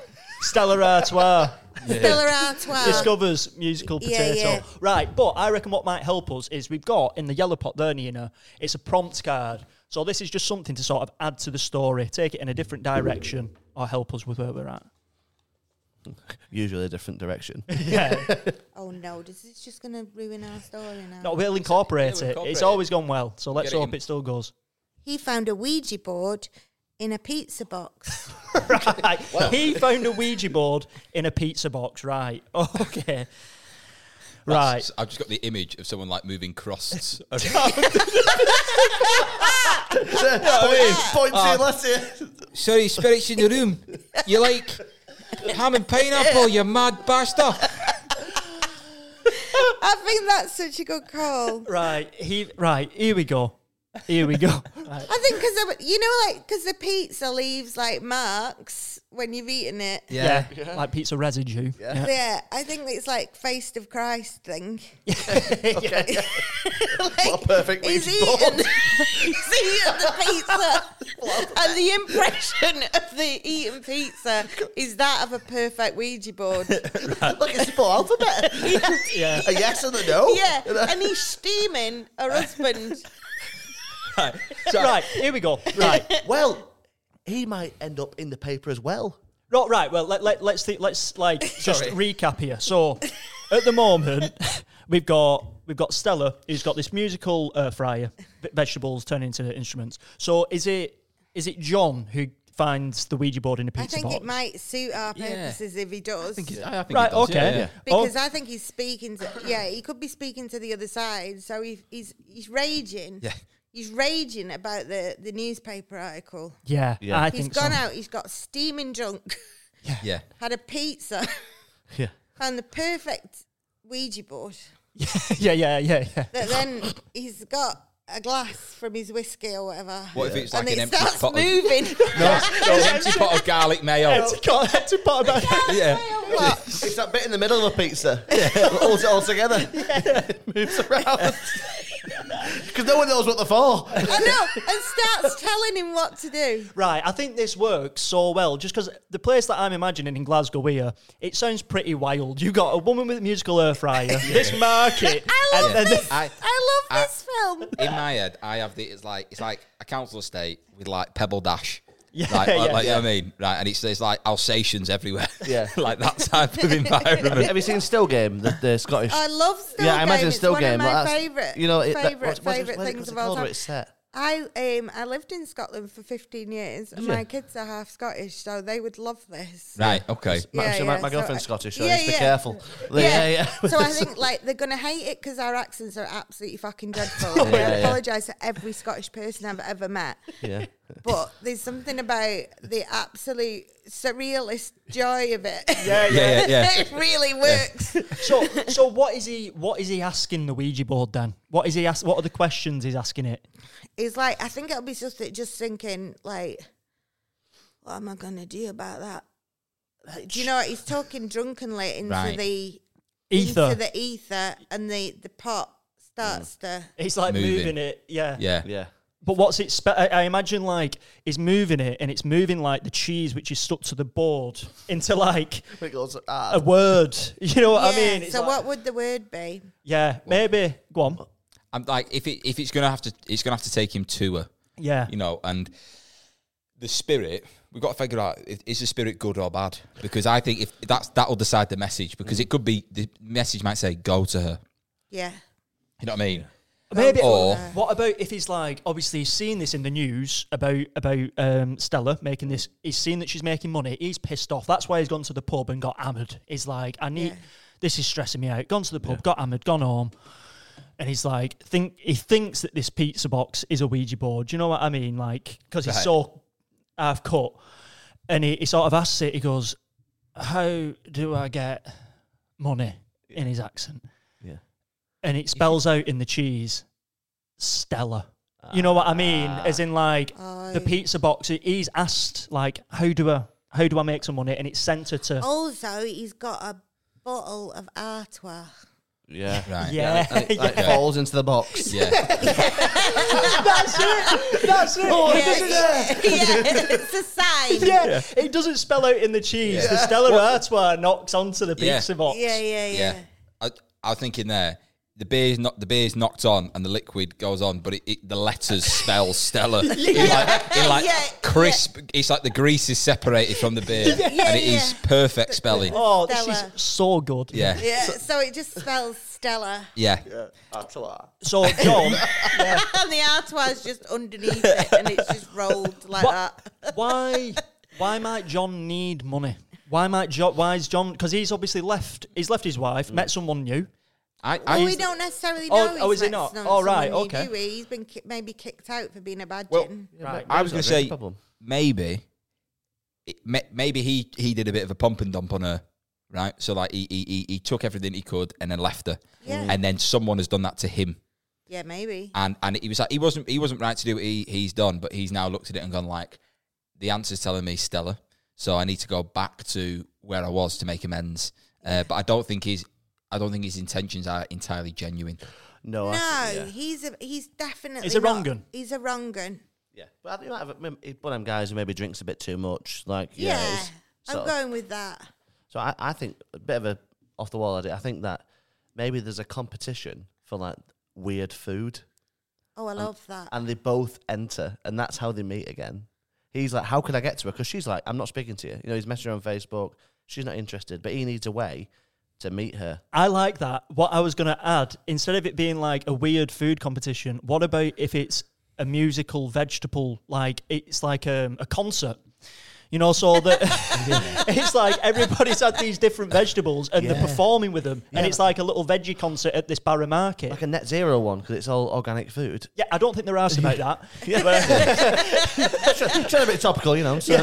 S2: Stella Artois
S4: Stella Artois
S2: discovers musical
S4: Oh. Yeah,
S2: potato.
S4: yeah.
S2: Right, but I reckon what might help us is we've got in the yellow pot there, Nina. It's a prompt card, so this is just something to sort of add to the story, take it in a different direction, or help us with where we're at.
S3: usually a different direction.
S2: Yeah.
S4: oh no this is just gonna ruin our story now
S2: No, we'll incorporate
S1: Yeah, we'll
S2: it.
S1: incorporate
S2: It's
S1: it.
S2: always gone well, so let's
S1: Get it
S2: hope
S1: in.
S2: it still goes.
S4: he found a ouija board in a pizza box
S2: Right. He found a Ouija board in a pizza box, right? Okay. Right.
S1: I've just got the image of someone like moving crusts.
S3: Point to left
S1: Sorry, spirits in the room. You like ham and pineapple? You mad bastard.
S4: I think that's such a good call.
S2: Right. He right, here we go. Here we go. Right.
S4: I think because you know, like because the pizza leaves like marks when you've eaten it. Yeah.
S2: Yeah. Like pizza residue. Yeah.
S4: I think it's like face of Christ thing.
S3: What a perfect
S4: He's
S3: Ouija board.
S4: eaten, he's eaten the pizza, and the impression of the eaten pizza is that of a perfect Ouija board.
S3: Look, it's the full alphabet.
S2: Yeah.
S3: A yes and a no.
S4: yeah, and he's steaming her husband.
S2: Right, here we go. Right.
S3: Well, he might end up in the paper as well.
S2: Right, right. Well, let, let, let's thi- let's like just recap here. So, at the moment, we've got we've got Stella, who's got this musical uh, fryer, v- vegetables turning into instruments. So, is it is it John who finds the Ouija board in a
S4: I
S2: pizza
S4: think
S2: box?
S4: it might suit our purposes if he does.
S1: I think
S2: Right.
S1: it does,
S2: okay.
S1: yeah, yeah.
S2: Oh,
S4: Because I think he's speaking to yeah, he could be speaking to the other side. So he, he's he's raging.
S1: Yeah.
S4: He's raging about the, the newspaper article.
S2: yeah,
S3: Yeah.
S2: I
S4: He's
S2: think
S4: gone
S2: so.
S4: out, he's got steaming drunk,
S1: Yeah.
S4: had a pizza,
S3: Yeah.
S4: found the perfect Ouija board.
S2: yeah, yeah, yeah, yeah.
S4: That then he's got a glass from his whiskey or whatever.
S1: What if it's
S4: and
S1: like
S4: it
S1: an empty
S4: starts
S1: pot of
S4: moving.
S1: an empty pot of garlic mayo?
S2: Empty pot- empty pot of-
S1: Yeah.
S4: What?
S3: It's that bit in the middle of a pizza. Yeah. Holds it all together. Moves around. Because no one knows what they're for.
S4: I know, and starts telling him what to do.
S2: Right, I think this works so well just because the place that I'm imagining in Glasgow here, it sounds pretty wild. You got a woman with a musical air fryer, this market,
S4: I love
S2: and then
S4: this.
S1: I-
S4: I love
S1: I-
S4: this film.
S1: in my head, I have the it's like it's like a council estate with like pebble dash.
S2: Yeah,
S1: like,
S2: yeah,
S1: like, you know what I mean, right? And it's there's like Alsatians everywhere.
S3: Yeah.
S1: like that type of environment.
S3: Have you seen Still Game, the, the Scottish?
S4: I love Oh, Still
S3: yeah, I
S4: Game.
S3: imagine
S4: it's
S3: Still
S4: one
S3: Game.
S4: Of
S3: like
S4: my
S3: that's-
S4: favourite,
S3: You know, it, that-
S4: favourite,
S3: what's- what's it-
S4: favourite
S3: what's it
S4: things of
S3: called
S4: all
S3: where
S4: time.
S3: It's set.
S4: I um I lived in Scotland for 15 years, and
S3: you?
S4: my kids are half Scottish, so they would love this.
S1: Right. Okay.
S3: My,
S4: Yeah,
S3: so my,
S4: yeah,
S3: my
S4: so
S3: girlfriend's
S4: I-
S3: Scottish, so I
S4: yeah,
S3: just be
S4: yeah.
S3: careful. Yeah, yeah.
S4: So I think like they're gonna hate it because our accents are absolutely fucking dreadful. and
S3: yeah,
S4: I
S3: yeah.
S4: apologise to every Scottish person I've ever met,
S3: yeah.
S4: but there's something about the absolute surrealist joy of it.
S1: Yeah. Yeah. Yeah.
S4: it really works.
S2: So, so what is he? What is he asking the Ouija board then? What is he ask? What are the questions he's asking it?
S4: It's like I think it'll be just just thinking like, what am I gonna do about that? Like, do you know what? he's talking drunkenly into
S1: Right.
S4: the
S2: Ether. Mm.
S4: into the ether, and the the pot starts to.
S2: it's like
S1: Moving.
S2: moving, it. Yeah.
S1: Yeah.
S3: Yeah.
S2: But what's it? Spe- I, I imagine like he's moving it, and it's moving like the cheese which is stuck to the board into like
S3: It goes,
S2: a
S3: ah,
S2: word. You know what I
S4: Yeah,
S2: mean? It's
S4: so
S2: like-
S4: what would the word be?
S2: Yeah. Maybe. Go on.
S1: I'm like, if it if it's gonna have to, it's gonna have to take him to her.
S2: Yeah.
S1: you know, and the spirit, we've got to figure out if, is the spirit good or bad? Because I think if that's that'll decide the message. Because it could be the message might say go to her.
S4: Yeah.
S1: You know what I mean?
S2: Maybe.
S1: Or-
S2: what about if he's like? Obviously, he's seen this in the news about about um, Stella making this. He's seen that she's making money. He's pissed off. That's why he's gone to the pub and got hammered. He's like, I need.
S4: Yeah.
S2: This is stressing me out. Gone to the pub, got hammered, gone home, and he's like, think he thinks that this pizza box is a Ouija board. Do you know what I mean? Like, because he's
S1: Right.
S2: so half cut, and he, he sort of asks it. He goes, "How do I get money?" In his accent
S3: yeah.
S2: and it spells out in the cheese Stella. You know what I mean? As in like the pizza box. He's asked like, how do I how do I make some money? And it's sent her to
S4: Oh. Also, he's got a bottle of Artois.
S3: Yeah.
S1: Right.
S2: yeah,
S3: It, like,
S1: Yeah.
S3: falls into the box.
S1: Yeah.
S2: that's it. That's it. Oh, it,
S4: Oh, yeah,
S2: doesn't,
S4: yeah, it's a sign.
S2: yeah. it doesn't spell out in the cheese. The Stella Artois knocks onto the
S1: Yeah.
S2: pizza box.
S4: yeah,
S1: yeah.
S4: yeah, yeah.
S1: I, I was thinking there. The beer's not the beer's knocked on and the liquid goes on, but it, it the letters spell Stella. In like, in like
S4: Yeah,
S1: crisp. It's like the grease is separated from the beer, and it is
S4: yeah.
S1: perfect spelling.
S2: Oh, this
S4: Stella.
S2: is so good.
S1: Yeah. yeah,
S4: Yeah, so it just spells Stella,
S1: yeah,
S2: So John,
S4: and the Artois is just underneath it, and it's just rolled like
S2: What?
S4: that.
S2: why why might John need money? Why might John? Why is John? Because he's obviously left. He's left his wife, met someone new.
S1: I,
S4: Well,
S1: I,
S4: we don't necessarily
S2: Oh,
S4: know.
S2: oh,
S4: he's
S2: is he
S4: met
S2: not?
S4: some-
S2: Oh, right,
S4: someone
S2: okay.
S4: new, do we? He's been ki- maybe kicked out for being a bad
S1: Well-
S4: gin.
S2: Right.
S1: I was going to
S3: That's a
S1: say
S3: problem.
S1: maybe, it, may- maybe he he did a bit of a pump and dump on her, right? So like he he he, he took everything he could and then left her,
S4: Yeah.
S1: and then someone has done that to him,
S4: Yeah, maybe.
S1: and and he was like he wasn't he wasn't right to do what he he's done, but he's now looked at it and gone like, the answer's telling me Stella, so I need to go back to where I was to make amends, uh, but I don't think he's. I don't think his intentions are entirely genuine.
S3: No.
S2: Oh,
S4: No,
S3: I, yeah.
S4: he's a, he's definitely
S2: He's a
S4: not-
S2: wrong 'un.
S4: He's a wrong 'un.
S3: Yeah. But I think you might have a- maybe- one of them guys who maybe drinks a bit too much. Like, yeah.
S4: Yeah,
S3: it's sort
S4: I'm
S3: of-
S4: going with that.
S3: So I, I think a bit of a off the wall idea. I think that maybe there's a competition for like weird food,
S4: Oh, I love that.
S3: and they both enter, and that's how they meet again. He's like, "How can I get to her?" Because she's like, "I'm not speaking to you." You know, he's messaging her on Facebook. She's not interested, but he needs a way to meet her.
S2: I like that. What I was going to add, instead of it being like a weird food competition, what about if it's a musical vegetable, like it's like um, a concert? You know, so that it's like everybody's had these different vegetables and they're performing with them, and it's like a little veggie concert at this Barra Market.
S3: Like a net zero one because it's all organic food.
S2: yeah, I don't think they're asking about that.
S3: Trying to be topical, you know. So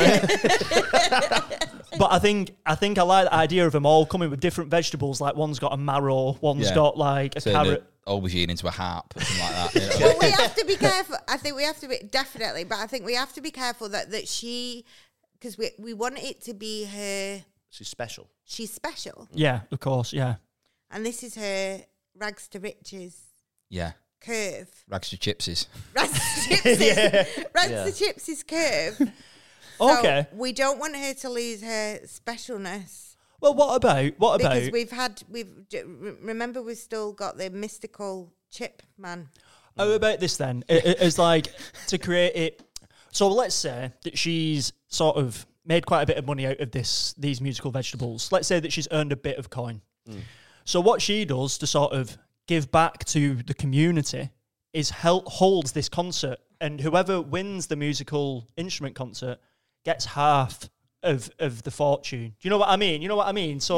S2: but I think I think I like the idea of them all coming with different vegetables. Like one's got a marrow, one's
S1: Yeah.
S2: got like a
S1: Turn
S2: carrot.
S1: a aubergine into a harp, or something like that. you know?
S4: but we have to be careful. I think we have to be definitely, but I think we have to be careful that that she, because we we want it to be her.
S3: she's special.
S4: She's special,
S2: Yeah, of course. Yeah,
S4: and this is her rags to riches
S1: yeah,
S4: curve.
S1: rags to chipsies.
S4: Rags to chips is rags
S3: Yeah.
S4: to chips is curve. So
S2: Okay.
S4: we don't want her to lose her specialness
S2: Well, what about what about?
S4: because we've had we've d- re- remember we've still got the mystical chip man.
S2: How about this then? I- I- It's like to create it. So let's say that she's sort of made quite a bit of money out of this these musical vegetables. Let's say that she's earned a bit of coin. So what she does to sort of give back to the community is help holds this concert and whoever wins the musical instrument concert gets half of of the fortune. Do you know what I mean? You know what I mean? So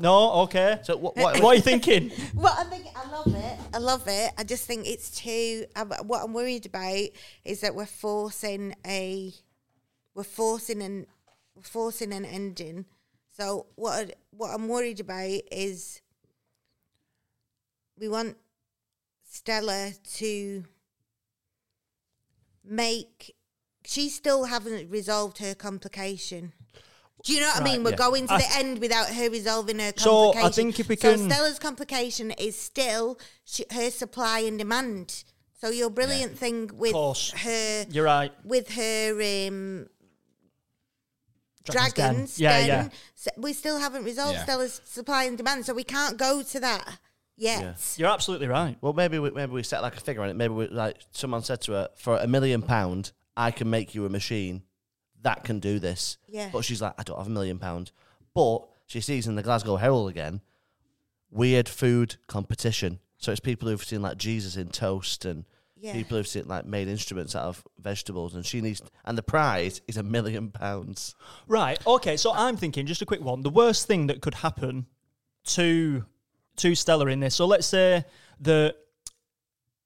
S4: No.
S2: okay.
S3: So what? what
S2: what are you thinking?
S4: Well, I think I love it. I love it. I just think it's too. I, what I'm worried about is that we're forcing a, we're forcing an, we're forcing an ending. So what? I'd- What I'm worried about is, we want Stella to make. She still haven't resolved her complication. Do you know what I mean? We're going to
S2: I
S4: the end without her resolving her
S2: So, I
S4: complication.
S2: think if we
S4: So
S2: can-
S4: Stella's complication is still sh- her supply and demand. So your brilliant thing with
S2: Course.
S4: her,
S2: You're right.
S4: with her um,
S2: Dragon's
S4: dragons,
S2: Den. Yeah,
S4: den,
S2: yeah.
S4: so we still haven't resolved
S1: Yeah.
S4: Stella's supply and demand, so we can't go to that yet.
S2: You're absolutely right.
S3: Well, maybe we, maybe we set like a figure on it. Maybe we, like someone said to her, for a million pound, I can make you a machine that can do this.
S4: Yeah.
S3: But she's like, I don't have a million pound. But she sees in the Glasgow Herald again, weird food competition. So it's people who've seen like Jesus in toast and
S4: Yeah.
S3: people who've seen like made instruments out of vegetables. And she needs, and the prize is a million pounds.
S2: Right. Okay. So I'm thinking just a quick one. The worst thing that could happen to to Stella in this. So let's say that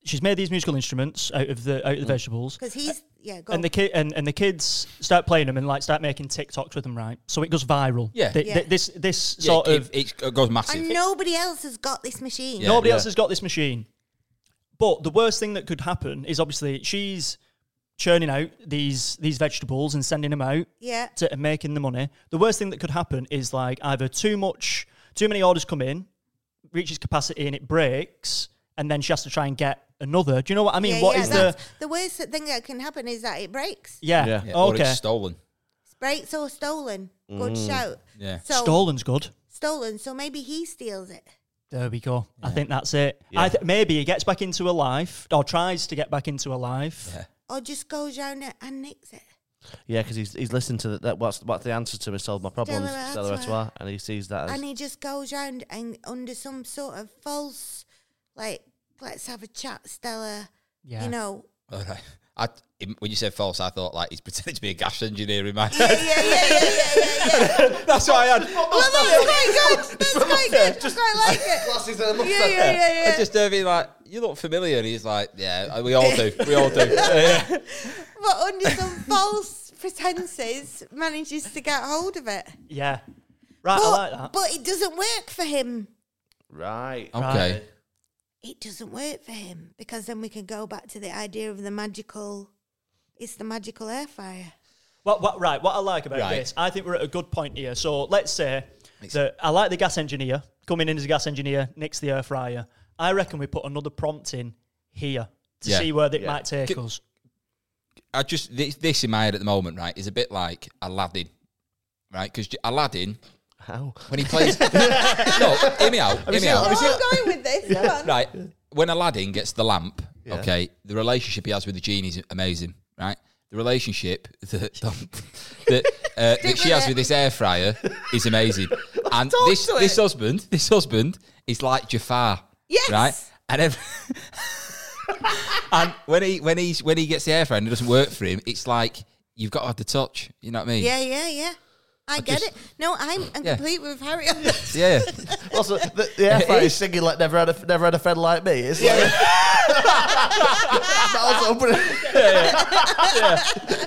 S2: she's made these musical instruments out of the out
S1: Mm.
S2: of the vegetables.
S4: Because he's yeah, go
S2: and the kid and, and the kids start playing them and like start making TikToks with them, right? So it goes viral.
S1: Yeah.
S2: Th- th-
S4: Yeah.
S2: this this
S1: Yeah,
S2: sort
S1: it,
S2: of
S1: it, it goes massive.
S4: and nobody else has got this machine.
S1: Yeah.
S2: nobody else has got this machine. But the worst thing that could happen is obviously she's churning out these these vegetables and sending them out
S4: Yeah.
S2: to and making the money. The worst thing that could happen is like either too much, too many orders come in, reaches capacity and it breaks, and then she has to try and get another. Do you know what I mean?
S4: Yeah,
S2: What
S4: yeah,
S2: is the
S4: that's- the worst thing that can happen is that it breaks,
S2: yeah?
S3: Yeah.
S1: Yeah, Or
S2: okay,
S1: it's stolen.
S4: breaks or stolen. Good shout.
S1: Mm. Yeah.
S4: So
S2: stolen's good.
S4: stolen. So maybe he steals it.
S2: There we go. I think that's it. I th- maybe he gets back into a life or tries to get back into a life.
S1: Yeah.
S4: or just goes round it and nicks it.
S3: Yeah, because he's, he's listened to the, that. What's, what's the answer to me? Solve my problems.
S4: Stella
S3: Stella
S4: Artois.
S3: Artois, And he sees that as.
S4: And he just goes round and under some sort of false, like, let's have a chat, Stella.
S2: Yeah.
S4: You know.
S1: All right. I, when you said false, I thought like he's pretending to be a gas engineer in my
S4: Yeah,
S1: head.
S4: yeah, yeah, yeah, yeah, yeah.
S1: That's what I had.
S4: Well, that's quite good. That's quite good. I quite like it.
S3: Glasses and a
S4: Yeah, yeah, yeah, yeah.
S1: I just heard him like, you look familiar. And he's like, yeah, uh, we all do. We all do. Yeah, yeah.
S4: But under some false pretenses, manages to get hold of it.
S2: Yeah. Right, I like that.
S4: But, but it doesn't work for him.
S3: Right.
S1: Okay.
S4: It doesn't work for him because then we can go back to the idea of the magical. It's the magical air fryer.
S2: What, what, right, what I like about
S1: Right.
S2: this, I think we're at a good point here. So let's say that I like the gas engineer, coming in as a gas engineer, nicks the air fryer. I reckon we put another prompt in here to
S1: Yeah.
S2: see where it might take
S1: Could-
S2: us.
S1: I just this, this in my head at the moment, right, is a bit like Aladdin, right? Because Aladdin
S3: How?
S1: when he plays, no, hear me out, hear me
S4: Where
S1: out,
S4: am I going with this? Come on.
S1: right? When Aladdin gets the lamp, okay, the relationship he has with the genie is amazing, right? The relationship that that, uh, that she
S4: with
S1: has
S4: it.
S1: with this air fryer is amazing, and
S4: Talk
S1: this
S4: to it.
S1: this husband, this husband is like Jafar,
S4: Yes.
S1: right? And every, and when he when he's when he gets the air fryer and it doesn't work for him, it's like you've got to have the touch. You know what I mean?
S4: Yeah, yeah, yeah. I, get
S1: just-
S4: it. No, I'm, I'm
S1: Yeah.
S4: complete with Harry on this.
S1: Yeah.
S3: Also, the, the air fryer
S1: It
S3: is singing like never had a never had a friend like me. It's like Val's opening.
S4: I like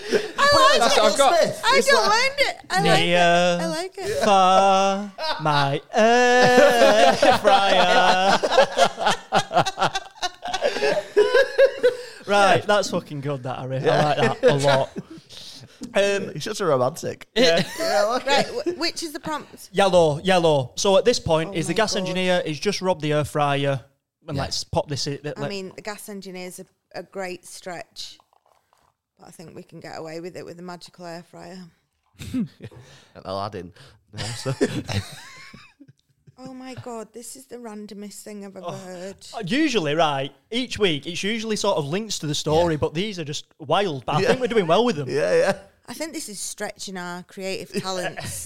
S1: That's
S4: it.
S1: what I've got.
S4: I don't mind it. I like it. I
S2: Near
S4: like it.
S2: far my air fryer. right, that's fucking good, that, Harry. I like that a lot. Um,
S3: He's such a romantic.
S2: yeah.
S4: Right, wh- which is the prompt?
S2: Yellow, yellow. So at this point,
S4: Oh
S2: is the
S4: my
S2: gas
S4: God.
S2: engineer is just robbed the air fryer and let's pop this. In,
S4: I mean, the gas engineer's a, a great stretch, but I think we can get away with it with the magical air fryer.
S3: And Aladdin. No, so-
S4: Oh my god, this is the randomest thing I've ever heard.
S2: usually right each week. It's usually sort of links to the story, but these are just wild. But I think we're doing well with them.
S3: yeah, yeah.
S4: I think this is stretching our creative talents.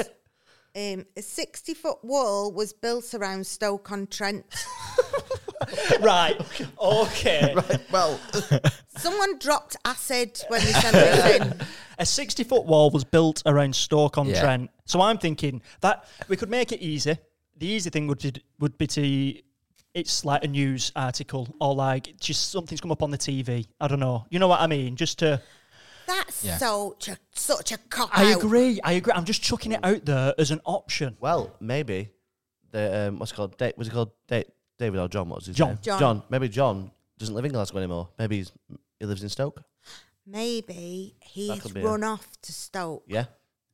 S4: Um, a 60 foot wall was built around Stoke on Trent.
S2: right. Okay.
S3: Well,
S4: Someone dropped acid when they sent this in.
S2: A 60 foot wall was built around Stoke on Trent. So I'm thinking that we could make it easy. The easy thing would be, would be to. It's like a news article or like just something's come up on the TV. I don't know. You know what I mean? Just to.
S4: That's
S1: Yeah.
S4: so ch- such a cop
S2: I
S4: out.
S2: agree. I agree. I'm just chucking it out there as an option.
S3: well, maybe the um, what's it called? Da- was it called da- David or John? What was his
S2: John.
S3: name?
S4: John.
S3: Maybe John doesn't live in Glasgow anymore. Maybe he's, he lives in Stoke.
S4: Maybe
S3: That
S4: he's
S3: could be
S4: run off to Stoke.
S3: Yeah.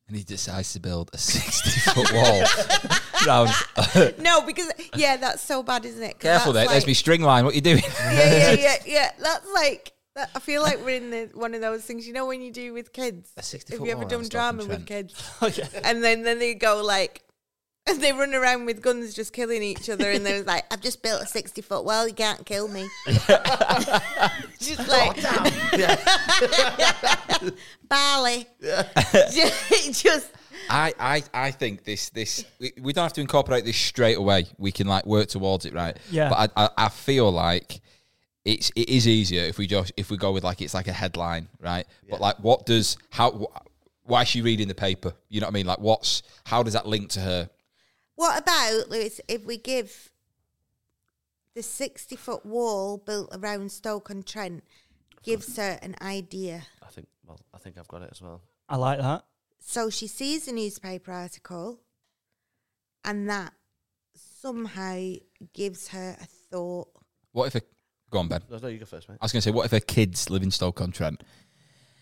S1: and he decides to build a 60 foot wall round.
S4: No, because yeah, that's so bad, isn't it? 'Cause
S1: Careful there,
S4: that's
S1: there's
S4: like-
S1: me string line. What are you doing?
S4: Yeah, yeah, yeah, yeah. That's like that, I feel like we're in the, one of those things. You know when you do with kids.
S1: A Oh, 60
S4: Have
S1: foot
S4: you ever
S1: wall
S4: done
S1: around
S4: drama
S1: Stoke
S4: with
S1: and
S4: kids?
S2: Okay.
S4: And then then they go like. And they run around with guns, just killing each other. And they're like, "I've just built a sixty foot wall. You can't kill me." just like Bali. just, just
S1: I, I, I think this this we, we don't have to incorporate this straight away. We can like work towards it, right?
S2: Yeah.
S1: But I, I, I feel like it's it is easier if we just if we go with like it's like a headline, right? But like, what does how wh- why is she reading the paper? You know what I mean? Like, what's how does that link to her?
S4: What about Lewis? If we give the sixty-foot wall built around Stoke on Trent gives her an idea,
S3: I think. Well, I think I've got it as well.
S2: I like that.
S4: so she sees a newspaper article, and that somehow gives her a thought.
S1: What if a go on Ben?
S3: No, no, you go first, mate.
S1: I was gonna say, what if her kids live in Stoke on Trent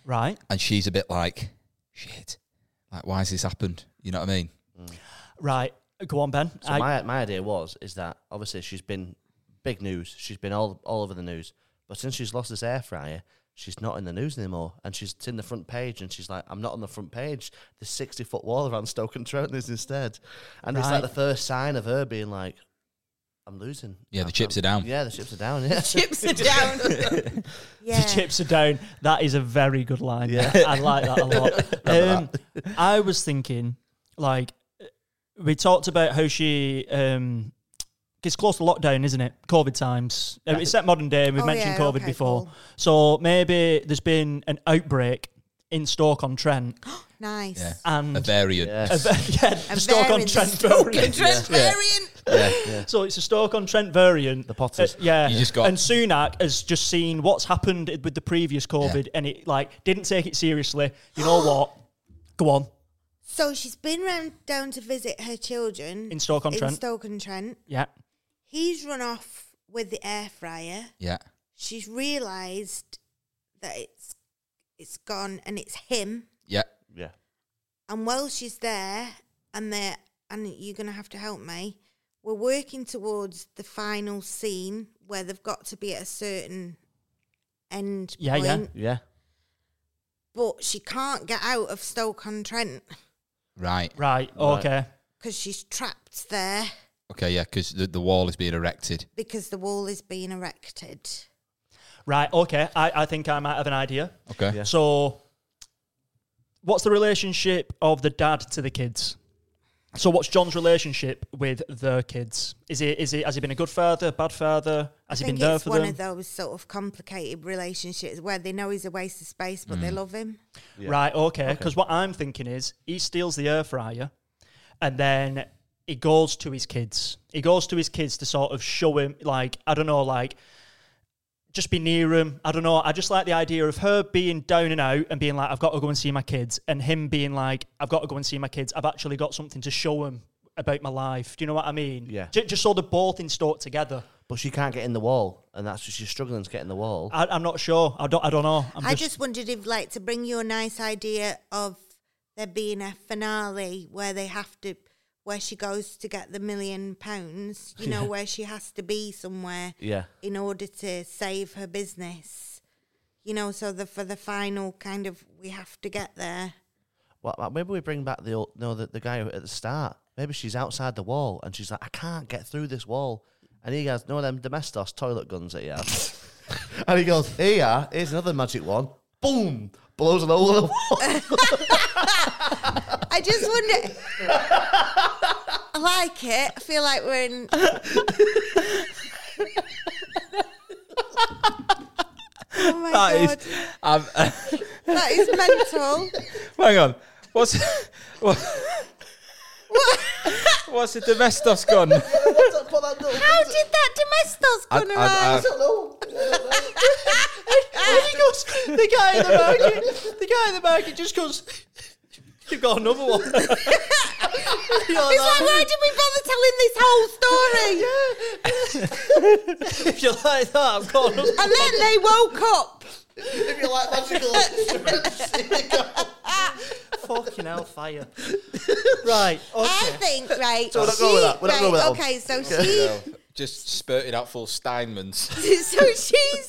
S2: Right.
S1: and she's a bit like shit, like why has this happened? You know what I mean?
S2: Right. Go on, Ben.
S3: So
S2: I-
S3: my my idea was is that obviously she's been big news. She's been all all over the news. But since she's lost this air fryer, she's not in the news anymore. And she's in the front page, and she's like, "I'm not on the front page. The sixty foot wall around Stoke and Trent is instead." And it's like
S2: Right.
S3: the first sign of her being like, "I'm losing."
S1: Yeah, the
S3: I'm-
S1: chips
S3: I'm-
S1: are down.
S3: Yeah, the chips are down. Yeah.
S4: Chips her down. yeah.
S2: The chips are down. That is a very good line.
S3: Yeah.
S2: I like that a lot. Um, I was thinking, like, we talked about how she. Um, it's close to lockdown, isn't it? COVID times. Uh, It's that modern day, and we've
S4: Oh,
S2: mentioned
S4: yeah,
S2: COVID
S4: okay,
S2: before.
S4: cool.
S2: So maybe there's been an outbreak in Stoke on Trent,
S4: Nice.
S1: Yeah. A
S2: and
S1: variant.
S3: Yeah.
S2: yeah, the
S4: A
S2: Stoke on
S4: variant,
S2: Trent
S4: Stoke on
S2: variant.
S4: Trent variant.
S3: yeah, yeah.
S2: So it's a Stoke on Trent variant. Uh,
S3: The Potters.
S2: yeah.
S1: You just got-
S2: and Sunak has just seen what's happened with the previous COVID and it like didn't take it seriously. You know what? Go on.
S4: So she's been round down to visit her children
S2: In Stoke-on-Trent.
S4: In Stoke on Trent.
S2: Yeah.
S4: He's run off with the air fryer.
S1: Yeah.
S4: She's realised that it's it's gone and it's him.
S1: Yeah.
S3: yeah.
S4: And while she's there, and there, and you're gonna have to help me. We're working towards the final scene where they've got to be at a certain end
S2: Yeah, yeah.
S4: point,
S3: Yeah.
S4: but she can't get out of Stoke on Trent
S1: Right.
S2: Right. Okay.
S4: because she's trapped there
S1: Okay. Yeah. Because the, the wall is being erected.
S4: because the wall is being erected.
S2: Right. Okay. I, I think I might have an idea.
S1: Okay.
S3: Yeah.
S2: So what's the relationship of the dad to the kids? So what's John's relationship with the kids? Is it is it has he been a good father, bad father? Has
S4: I
S2: he been
S4: think
S2: there
S4: it's
S2: for
S4: one
S2: them?
S4: of those sort of complicated relationships where they know he's a waste of space, but
S2: Mm.
S4: they love him.
S2: Right, okay. Because what I'm thinking is he steals the air fryer and then he goes to his kids. He goes to his kids to sort of show him, like, I don't know, like, just be near him. I don't know. I just like the idea of her being down and out and being like, I've got to go and see my kids. And him being like, I've got to go and see my kids. I've actually got something to show him about my life. Do you know what I mean?
S3: Yeah.
S2: Ju- Just sort of both in stoke together.
S3: But she can't get in the wall, and that's just she's struggling to get in the wall.
S2: I, I'm not sure. I don't, I don't know. I'm
S4: I
S2: just,
S4: just wondered if, like, to bring you a nice idea of there being a finale where they have to, where she goes to get the million pounds, you know, where she has to be somewhere
S3: yeah.
S4: in order to save her business, you know, so the for the final kind of we have to get there.
S3: Well, uh, maybe we bring back the old, no, the, the guy at the start. Maybe she's outside the wall and she's like, I can't get through this wall. And he goes, No, them Domestos toilet guns that you have. and he goes, Here, you are. here's another magic one. Boom! Blows an hole in the wall.
S4: I just wonder. I like it. I feel like we're in. Oh my
S1: That
S4: god,
S1: is,
S3: um,
S1: I'm,
S4: that is mental.
S1: hang on. What's what, what's the domestos gone?
S4: How did that domestos
S1: I-
S4: come
S1: I- I-
S4: around?
S2: he goes, the guy in the market, the guy in the market just goes, you've got another one. You're
S4: It's like,
S2: like,
S4: why did we bother telling this whole story?
S2: if you're like that, I've got another
S4: And then they woke up.
S3: If you like magical.
S2: fucking hellfire. right,
S4: I
S2: okay.
S4: think, right?
S3: we're not going with that. We're not going with that one.
S4: Okay, so she
S1: Just spurted out full Steinmans.
S4: so she's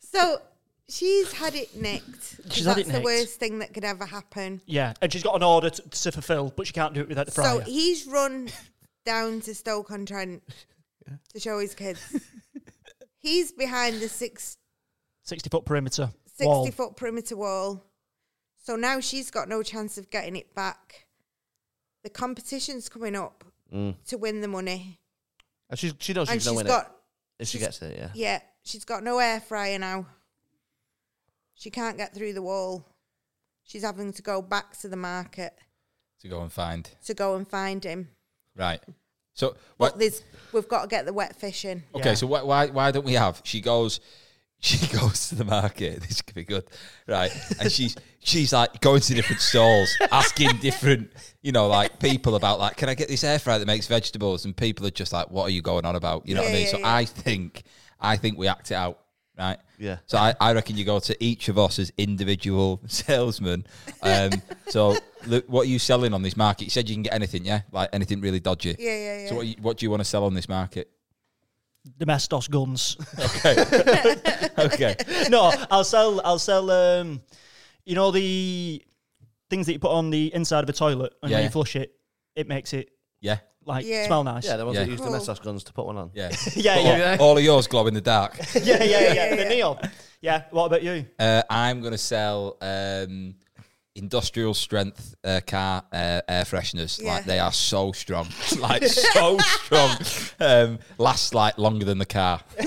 S4: so she's had it nicked. 'cause
S2: She's had
S4: that's
S2: it
S4: the
S2: nicked.
S4: worst thing that could ever happen.
S2: Yeah, and she's got an order to, to fulfil, but she can't do it without the
S4: So
S2: fryer.
S4: he's run down to Stoke on Trent to show his kids. He's behind the six,
S2: 60 foot perimeter.
S4: 60
S2: wall.
S4: foot perimeter wall. So now she's got no chance of getting it back. The competition's coming up
S2: Mm.
S4: to win the money.
S3: And she's, she knows
S4: and
S3: she's going to
S4: she's
S3: win
S4: got,
S3: it. If she gets it, yeah.
S4: yeah, she's got no air fryer now. She can't get through the wall. She's having to go back to the market
S1: to go and find.
S4: to go and find him.
S1: Right. So what?
S4: But there's, we've got to get the wet fish in.
S1: Okay,
S2: Yeah.
S1: so why, why why don't we have? She goes, she goes to the market. This could be good, right? And she's she's like going to different stalls, asking different, you know, like people about like, can I get this air fryer that makes vegetables? And people are just like, what are you going on about? You know what I
S4: Yeah,
S1: mean?
S4: yeah,
S1: so
S4: yeah.
S1: I think I think we act it out, right?
S3: Yeah.
S1: So I, I reckon you go to each of us as individual salesmen. Um, so look, what are you selling on this market? You said you can get anything, yeah, like anything really dodgy.
S4: Yeah, yeah, yeah.
S1: So what, you, what do you want to sell on this market?
S2: Domestos guns.
S1: Okay.
S2: no, I'll sell. I'll sell. Um, you know the things that you put on the inside of a toilet, and
S1: Yeah,
S2: when
S1: yeah.
S2: you flush it, it makes it
S1: Yeah.
S2: like
S4: Yeah.
S2: smell nice.
S3: Yeah,
S2: Yeah,
S3: the ones that
S1: Yeah.
S3: use the
S4: Cool.
S3: Messos guns to put one on.
S1: Yeah.
S2: yeah,
S1: All-
S2: yeah,
S1: All, of yours glow in the dark.
S2: yeah, yeah, yeah.
S4: yeah,
S2: The
S4: yeah.
S2: neon. Yeah. What about you?
S1: Uh, I'm going to sell um, industrial strength uh, car uh, air fresheners.
S4: Yeah.
S1: Like they are so strong, like so strong. Um, lasts like longer than the car.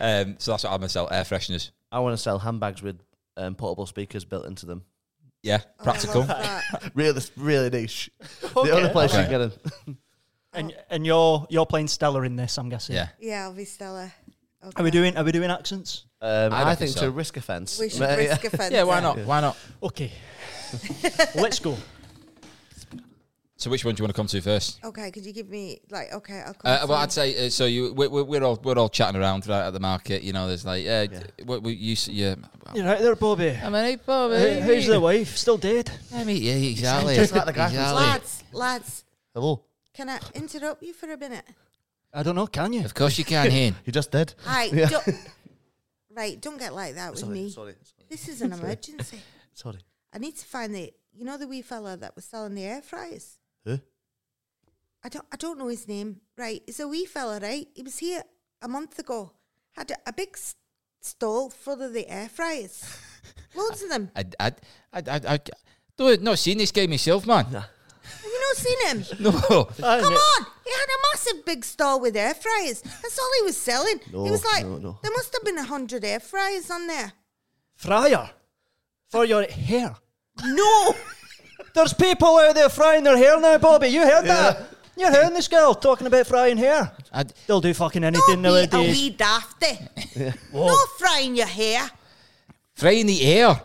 S1: um, so that's what I'm going to sell: air fresheners.
S3: I want to sell handbags with um, portable speakers built into them.
S1: Yeah, practical.
S4: I love that.
S3: Really, really niche.
S2: Okay.
S3: The only place
S1: Okay.
S3: you can get them.
S2: And and you're you're playing Stella in this, I'm guessing.
S1: yeah.
S4: Yeah, I'll be Stella. Okay.
S2: Are we doing Are we doing accents?
S3: Um,
S1: I
S3: I,
S1: reckon
S3: think
S1: so.
S3: to risk offence.
S4: We should
S3: ma-
S4: risk offence.
S1: Yeah, why not? Why not?
S2: Okay. Let's go.
S1: So, which one do you want to come to first?
S4: Okay, could you give me like okay? I'll come
S1: Uh, well,
S4: to-
S1: I'd say uh, so. You, we, we, we're all we're all chatting around right, at the market. You know, there's like, uh, d- what we you, s- yeah.
S2: You're right there, Bobby.
S1: I mean, hey, Bobby,
S2: Who- Who's the wife? Still dead?
S1: I mean, yeah, exactly.
S3: Just like the guy from
S1: Exactly.
S4: lads, lads,
S3: Hello.
S4: can I interrupt you for a minute?
S2: I don't know. Can you?
S1: Of course you can, Hin.
S3: You just did.
S4: Right, don't, right, don't get like that with me.
S3: sorry,
S4: This is an emergency.
S3: sorry.
S4: I need to find the, you know, the wee fella that was selling the air fryers.
S3: Who?
S4: I don't, I don't know his name. Right, it's a wee fella. Right, he was here a month ago. Had a, a big s- stall full of the air fryers, loads of them.
S1: I, I, I, I, I don't, not seen this guy myself, man.
S4: Have you not seen him?
S1: No.
S2: I
S4: Come
S2: kn-
S4: on! He had a massive big stall with air fryers. That's all he was selling. he
S3: No,
S4: was like,
S3: no, no.
S4: there must have been a hundred air fryers on there.
S2: Fryer for your hair.
S4: No,
S2: There's people out there frying their hair now, Bobby. You heard that? You heard this girl talking about frying hair.
S1: I,
S2: They'll do fucking anything
S4: don't be a
S2: nowadays.
S4: wee dafty. No frying your hair.
S1: frying the air.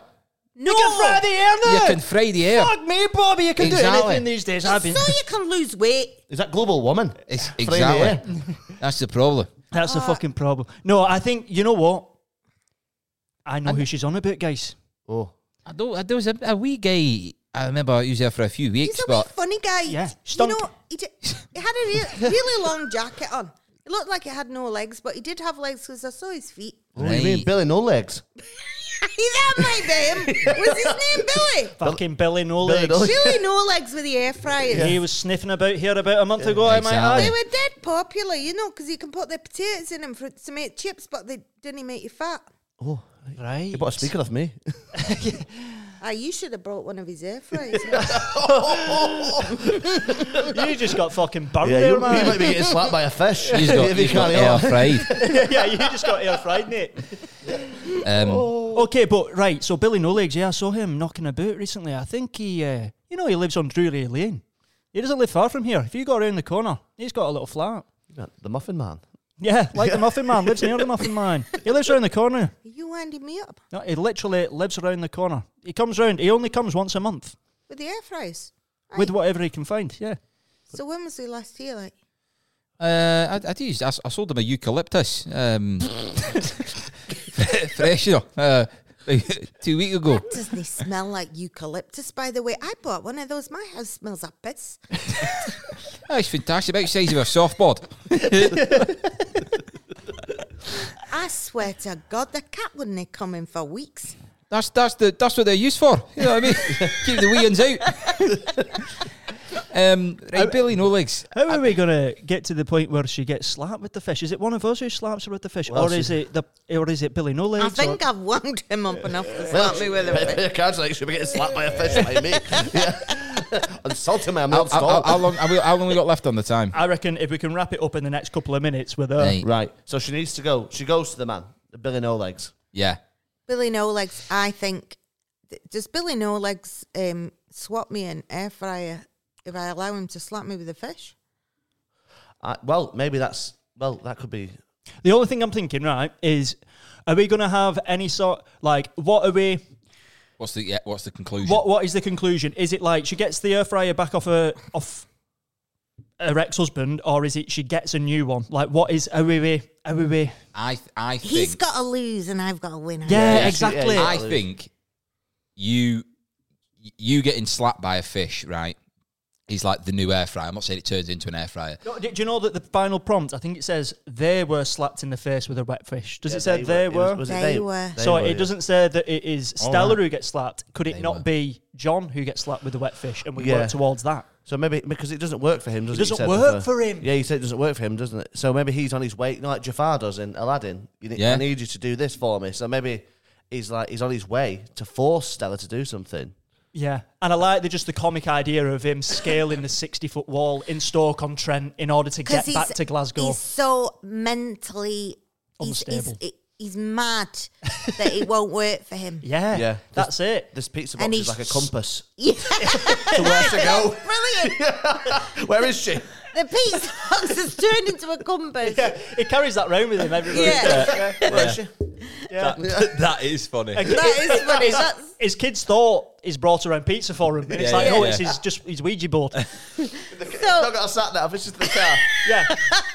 S4: No,
S2: You can fry the hair now.
S1: You can fry the air.
S2: Fuck me, Bobby. You can
S1: Exactly.
S2: do anything these days. I've been.
S4: so you can lose weight.
S3: Is that global woman?
S1: It's,
S3: the
S1: exactly. That's the problem.
S2: That's the fucking problem. No, I think you know what. I know who she's on about, guys.
S3: Oh.
S1: I don't, I, there was a, a wee guy, I remember he was there for a few weeks,
S4: He's a wee
S1: but
S4: funny guy.
S2: Yeah,
S4: you
S2: stunk.
S4: know, he, did, he had a real, really long jacket on. It looked like it had no legs, but he did have legs because I saw his feet.
S3: Oh, you mean
S1: Right.
S3: Billy No Legs?
S4: that might be him. Was his name Billy?
S2: Fucking Billy No Legs.
S3: Billy No Legs.
S4: Billy no legs with the air fryers.
S2: He was sniffing about here about a month ago. I might
S1: Exactly.
S2: add.
S4: They were dead popular, you know, because you can put the potatoes in them for, to make chips, but they didn't make you fat.
S3: Oh,
S2: Right.
S3: you bought a speaker off me.
S4: Ah, you should have brought one of his air fryers.
S2: You just got fucking burnt
S3: yeah, you,
S2: there,
S3: you
S2: man.
S3: might be getting slapped by a fish.
S1: he's got,
S3: if you
S1: he's got
S3: carry
S1: air
S3: on.
S1: fried.
S2: yeah, you just got air fried, mate.
S1: Um,
S3: Oh.
S2: Okay, but right, so Billy No Legs, yeah, I saw him knocking about recently. I think he, uh, you know, he lives on Drury Lane. He doesn't live far from here. If you go around the corner, he's got a little flat.
S3: The Muffin Man.
S2: Yeah, like the Muffin Man, lives near the Muffin Man. He lives around the corner.
S4: Are you winding me up
S2: No, he literally lives around the corner. He comes round, he only comes once a month
S4: with the air fries?
S2: with whatever he can find, yeah.
S4: So when was the last year? Like
S1: Uh, I, I used. I, s- I sold them a eucalyptus. Um, fresh, you know, uh, two weeks ago.
S4: doesn't he smell like eucalyptus? By the way, I bought one of those. My house smells like piss.
S1: Oh, it's fantastic. About the size of a softboard.
S4: I swear to God, the cat wouldn't have come in for weeks.
S1: That's that's the that's what they're used for. You know what I mean? Keep the wee uns out. um, right, Billy, no legs.
S2: How are we going to get to the point where she gets slapped with the fish? Is it one of us who slaps her with the fish,
S3: Well,
S2: or is
S3: she-
S2: it the, or is it Billy No Legs?
S4: I think
S2: or-
S4: I've warmed him up enough to slap me with
S3: But
S4: it.
S3: the cards like should be getting slapped by a fish like me. Yeah. and salt in my
S1: How,
S3: mouth.
S1: how- how-
S3: Stop.
S1: how long? How, we- how long we got left on the time?
S2: I reckon if we can wrap it up in the next couple of minutes with her.
S1: Right.
S3: Uh, right. So she needs to go. She goes to the man, Billy No Legs.
S1: Yeah.
S4: Billy No Legs, I think. Does Billy No Legs um, swap me an air fryer if I allow him to slap me with a fish?
S3: I, well, maybe that's. Well, that could be.
S2: The only thing I'm thinking, right, is are we going to have any sort like what are we?
S1: What's the yeah, What's the conclusion?
S2: What what is the conclusion? Is it like she gets the air fryer back off her off her ex husband, or is it she gets a new one? Like what is are we? Are we?
S1: I th- I think
S4: He's got to lose and I've got to win.
S2: Yeah,
S3: she-
S2: exactly.
S3: yeah,
S1: I think you you getting slapped by a fish, right? Is like the new air fryer. I'm not saying it turns into an air fryer.
S2: No, do do you know that the final prompt? I think it says they were slapped in the face with a wet fish. Does it say they,
S3: it
S2: were?
S3: was it
S4: They were.
S2: so
S3: were, yeah.
S2: it doesn't say that it is Stella
S1: right.
S2: who gets slapped. Could it not
S1: were.
S2: be John who gets slapped with the wet fish, and we
S3: Yeah.
S2: work towards that?
S3: So maybe because it doesn't work for him, does it?
S2: doesn't
S3: he said
S2: work
S3: before.
S2: for him.
S3: Yeah, he said it doesn't work for him, doesn't it? So maybe he's on his way, you know, like Jafar does in Aladdin. You ne-
S1: Yeah.
S3: I need you to do this for me. So maybe he's like he's on his way to force Stella to do something.
S2: Yeah, and I like the just the comic idea of him scaling the sixty foot wall in Stoke on Trent in order to get back to Glasgow.
S4: He's so mentally he's, he's,
S2: Unstable.
S4: he- he's mad that it won't work for him.
S2: Yeah,
S3: Yeah.
S2: that's it.
S3: This pizza
S4: And
S3: box is
S4: he's-
S3: like a compass.
S4: Yeah,
S3: So where to go?
S4: brilliant.
S3: Where is she?
S4: The pizza box has turned into a compass.
S2: He carries that round with him everywhere.
S4: Yeah.
S3: Where is she?
S1: that is funny.
S4: That is funny.
S2: His,
S4: That's,
S2: his kids thought he's brought around pizza for him, and it's
S1: Yeah,
S2: like,
S1: yeah,
S2: no,
S1: yeah.
S2: it's his just his Ouija board.
S3: I've
S4: so
S3: got a sat nav. This is the car.
S2: yeah,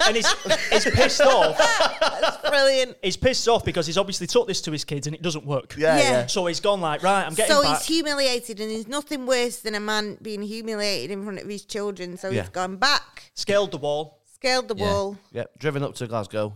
S2: and he's he's pissed off.
S4: that's brilliant.
S2: He's pissed off because he's obviously taught this to his kids, and it doesn't work.
S3: Yeah,
S4: Yeah.
S3: yeah.
S2: So he's gone like, right, I'm getting
S4: So
S2: back.
S4: he's humiliated, and there's nothing worse than a man being humiliated in front of his children. So
S3: Yeah.
S4: he's gone back,
S2: scaled the wall
S4: scaled the
S1: Yeah.
S4: wall.
S3: Yeah, driven up to Glasgow.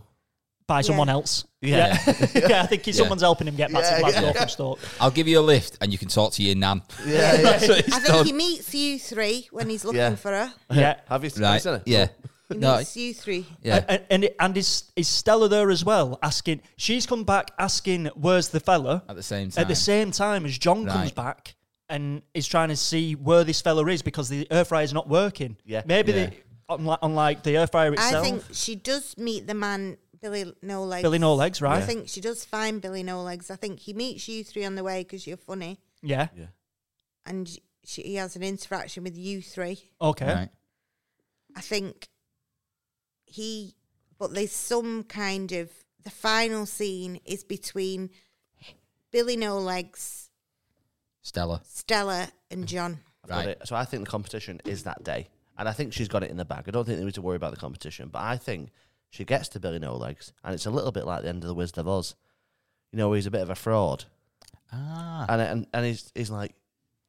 S2: by someone
S4: Yeah.
S2: else.
S3: Yeah.
S2: yeah, I think he's
S1: Yeah.
S2: someone's helping him get back
S3: Yeah,
S2: to Glasgow
S3: yeah.
S2: from Stoke.
S1: I'll give you a lift, and you can talk to your nan.
S3: Yeah, yeah.
S1: That's what
S4: I
S1: he's
S4: think
S1: done.
S4: he meets you three when he's looking
S3: Yeah.
S4: for her.
S2: Yeah.
S3: Have you have you
S1: right?
S3: seen it?
S1: Yeah.
S4: He
S1: No.
S4: meets you three.
S1: Yeah.
S2: And and, and is, is Stella there as well? Asking, she's come back asking, "Where's the fella?"
S1: At the same time.
S2: At the same time as John comes
S1: Right.
S2: back and is trying to see where this fella is because the air fryer is not working.
S3: Yeah.
S2: maybe
S3: Yeah.
S2: the unlike, unlike the air fryer itself.
S4: I think she does meet the man Billy No Legs.
S2: Billy No Legs,
S4: I
S2: right?
S4: think she does find Billy No Legs. I think he meets you three on the way because you're funny,
S2: Yeah.
S4: and she, he has an interaction with you three.
S2: Okay.
S1: Right.
S4: I think he, but there's some kind of the final scene is between Billy No Legs,
S1: Stella.
S4: Stella, and John.
S3: I've got
S1: Right.
S3: it. So I think the competition is that day. And I think she's got it in the bag. I don't think they need to worry about the competition. But I think she gets to Billy No Legs. And it's a little bit like the end of The Wizard of Oz. You know, where he's a bit of a fraud.
S1: Ah.
S3: And and, and he's, he's like,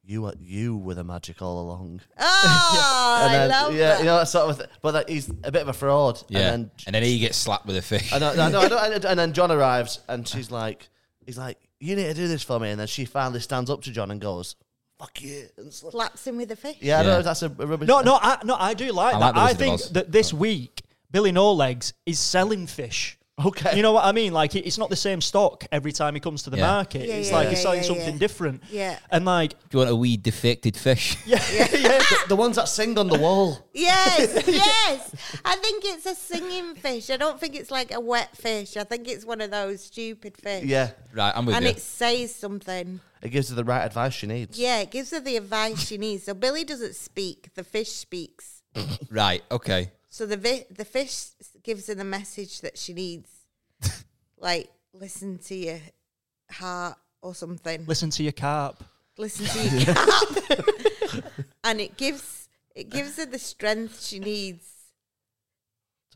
S3: you were, you were the magic all along.
S4: Oh,
S3: And
S4: I
S3: then-
S4: love
S3: Yeah,
S4: that.
S3: you know, that sort of thing. But like, he's a bit of a fraud.
S1: Yeah.
S3: And then,
S1: he gets slapped with a fish.
S3: and, I, no, no, I don't, and then John arrives and she's like, he's like, you need to do this for me. And then she finally stands up to John and goes, fuck you. And sla-
S4: Slaps him with a fish.
S3: yeah, I don't
S1: Yeah.
S3: know if that's a, a rubbish.
S2: No, no, I, no, I do like
S1: I like
S2: that.
S1: The
S2: I
S1: Wizard of
S2: think
S1: Oz.
S2: that this week Billy No Legs is selling fish.
S3: Okay.
S2: You know what I mean? Like it- it's not the same stock every time he comes to the
S1: Yeah.
S2: market.
S4: Yeah,
S2: it's
S4: yeah,
S2: like
S4: yeah,
S2: he's selling
S4: yeah,
S2: something
S4: yeah.
S2: different.
S4: Yeah.
S2: And like,
S1: Do you want a wee defected fish?
S2: yeah, yeah,
S3: the, the ones that sing on the wall.
S4: Yes, yes. I think it's a singing fish. I don't think it's like a wet fish. I think it's one of those stupid fish.
S3: Yeah.
S1: Right, I'm with
S4: And
S1: you.
S4: it says something.
S3: It gives her the right advice she needs.
S4: Yeah, it gives her the advice she needs. So Billy doesn't speak, the fish speaks.
S1: Right, okay.
S4: So the vi- the fish s- gives her the message that she needs. like, listen to your heart or something.
S2: Listen to your carp.
S4: Listen to your cat. and it gives it gives her the strength she needs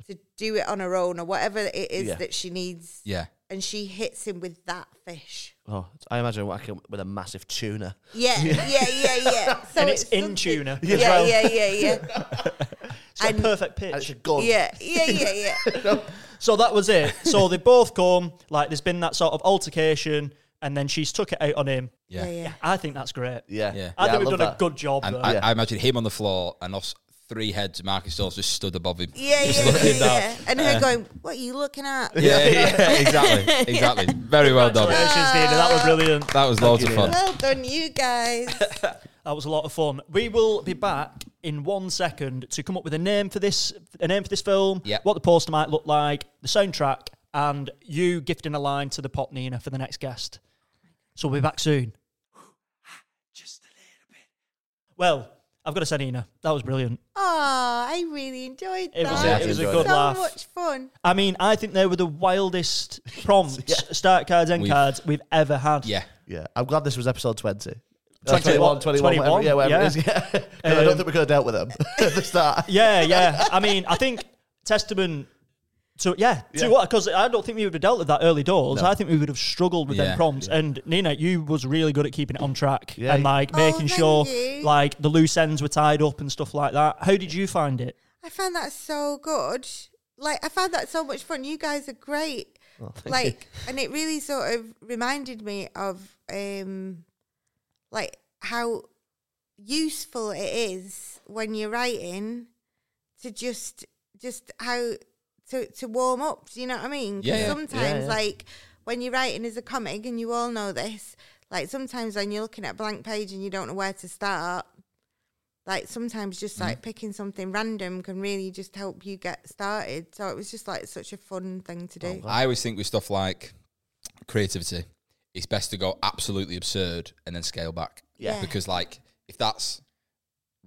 S4: to do it on her own or whatever it is
S3: Yeah.
S4: that she needs.
S1: Yeah.
S4: And she hits him with that fish.
S3: Oh, I imagine whacking with a massive tuna.
S4: Yeah, yeah, yeah, yeah. So
S2: and it's, in
S4: something-
S2: tuna.
S4: Yeah,
S2: as well.
S4: yeah, yeah, yeah,
S2: It's got a
S4: and-
S2: perfect
S3: And it's
S2: pitch.
S3: a gun.
S4: yeah, yeah, yeah, yeah.
S2: So that was it. So they both come. Like there's been that sort of altercation, and then she's took it out on him.
S1: Yeah.
S4: Yeah, yeah.
S2: I think that's great.
S3: Yeah.
S1: Yeah.
S2: I think we've
S3: love
S2: done a
S3: that.
S2: good job.
S1: And
S2: there.
S1: I, I imagine him on the floor and us three heads, Marcus Dawes, just stood above him.
S4: Yeah,
S1: just
S4: yeah,
S1: looking
S4: yeah,
S1: down.
S4: yeah. And her going, "What are you looking at?"
S1: Yeah, yeah, exactly, exactly. Very well done.
S2: Congratulations, Nina. That was brilliant.
S1: That was loads of
S3: you,
S1: fun.
S4: Well done, you guys.
S2: That was a lot of fun. We will be back in one second to come up with a name for this a name for this film,
S1: Yep.
S2: what the poster might look like, the soundtrack, and you gifting a line to the pot Nina for the next guest. So we'll be back soon. Well, I've got to say, Nina, that was brilliant.
S4: Oh, I really enjoyed that.
S2: It was,
S1: Yeah,
S2: a, it was a
S3: enjoyed
S2: good
S4: so
S2: laugh.
S4: much fun.
S2: I mean, I think they were the wildest prompts, start cards, end
S1: We've-
S2: cards we've ever had.
S1: Yeah,
S3: Yeah. I'm glad this was episode 20. Uh,
S2: 21,
S3: 21, 21, whatever, yeah, whatever
S2: yeah.
S3: it is. Yeah. Um, 'Cause I don't think we could have dealt with them at the start.
S2: Yeah, yeah. I mean, I think testament to yeah, to what because I don't think we would have dealt with that early doors. I think we would have struggled with
S1: Yeah,
S2: them prompts. And Nina, you was really good at keeping it on track
S3: Yeah.
S2: and like
S4: Oh,
S2: making
S4: thank
S2: sure
S4: you.
S2: like the loose ends were tied up and stuff like that. How did you find it?
S4: I found that so good. Like I found that so much fun. You guys are great. like and it really sort of reminded me of um like how useful it is when you're writing to just just how to to warm up, do you know what I mean? 'Cause
S1: Yeah, yeah.
S4: Sometimes
S3: yeah.
S4: like when you're writing as a comic and you all know this, like sometimes when you're looking at a blank page and you don't know where to start, like sometimes just like picking something random can really just help you get started. So it was just like such a fun thing to do.
S1: I always think with stuff like creativity, it's best to go absolutely absurd and then scale back.
S4: Yeah.
S1: Because like if that's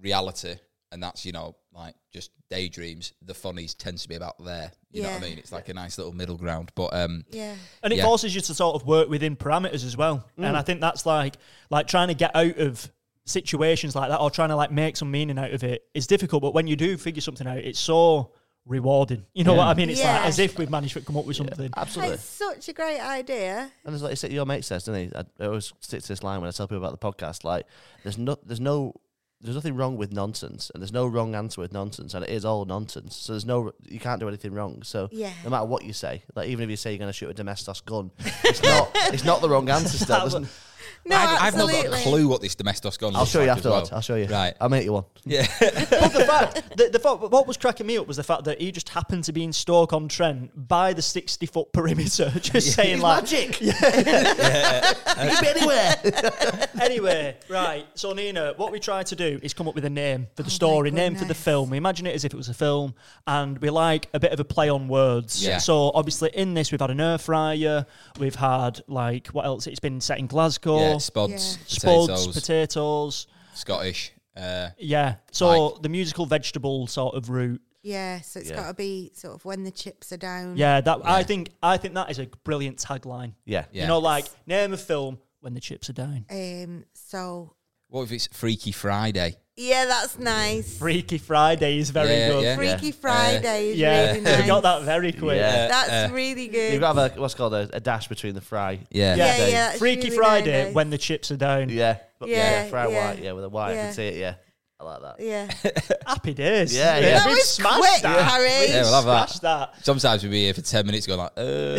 S1: reality and that's, you know, like just daydreams, the funnies tends to be about there. You know what I
S4: Yeah.
S1: mean? It's like a nice little middle ground. But um
S4: yeah.
S2: And it
S1: Yeah.
S2: forces you to sort of work within parameters as well. And I think that's like like trying to get out of situations like that or trying to like make some meaning out of it is difficult. But when you do figure something out, it's so rewarding. You know what I mean? It's like
S4: Yeah.
S2: as if we've managed to come up with something.
S3: Absolutely.
S4: It's such a great idea.
S3: And it's like you said, your mate says, doesn't he? I, I always stick to this line when I tell people about the podcast. Like, there's no, there's no, there's nothing wrong with nonsense, and there's no wrong answer with nonsense, and it is all nonsense. So there's no, you can't do anything wrong. So
S4: Yeah.
S3: no matter what you say, like even if you say you're going to shoot a domestos gun, it's not, it's not the wrong answer. Still, There's n-
S4: No,
S1: I've, I've not
S4: absolutely.
S1: got a clue what this domestos gone
S3: I'll
S1: looks
S3: show you
S1: like as
S3: afterwards.
S1: well.
S3: I'll show you. Uh,
S1: Right.
S3: I'll make you one.
S2: But the fact, the, the fact, what was cracking me up was the fact that he just happened to be in Stoke on Trent by the sixty foot perimeter, just saying
S3: It's
S2: like,
S3: magic. you can be anywhere.
S2: anyway, right. So Nina, what we try to do is come up with a name
S3: Oh
S2: for the
S4: my
S2: story, name for the
S4: goodness.
S2: film. We imagine it as if it was a film, and we like a bit of a play on words.
S1: Yeah.
S2: So obviously, in this, we've had an air fryer, we've had like what else? It's been set in Glasgow.
S3: oh,
S1: Yeah, spuds,
S2: Spuds,
S1: potatoes,
S2: potatoes.
S1: Scottish. Uh,
S2: Yeah. So
S1: Like-
S2: the musical vegetable sort of route.
S4: Yeah, so it's
S3: Yeah.
S4: got to be sort of when the chips are down.
S2: Yeah, that I
S1: Yeah.
S2: think I think that is a brilliant tagline.
S3: Yeah.
S1: yeah.
S2: You know, like name a film when the chips are down.
S4: Um. So
S1: what if it's Freaky Friday?
S4: yeah, that's nice.
S2: Freaky Friday is very
S1: Yeah,
S2: good.
S1: yeah.
S4: Freaky Friday is
S2: Yeah,
S4: really
S2: we
S4: nice.
S2: got that very quick.
S3: Yeah.
S4: That's really good.
S3: You've got to have a, what's called a, a dash between the fry.
S1: Yeah.
S4: yeah, yeah.
S3: day.
S4: that's
S2: Freaky
S4: really
S2: Friday
S4: nice.
S2: when the chips are down.
S3: Yeah. But
S4: Yeah,
S3: Fry
S4: yeah.
S3: white. Yeah. With a white. I
S4: Yeah.
S3: can see it. Yeah. I like that.
S4: Yeah.
S2: Happy days.
S3: Yeah, yeah. That
S2: We've
S4: was
S2: smashed
S4: quick,
S2: that.
S4: Harry.
S2: We've
S1: Yeah, we'll have that.
S2: smashed that.
S1: Sometimes we'd be here for 10 minutes going like, uh,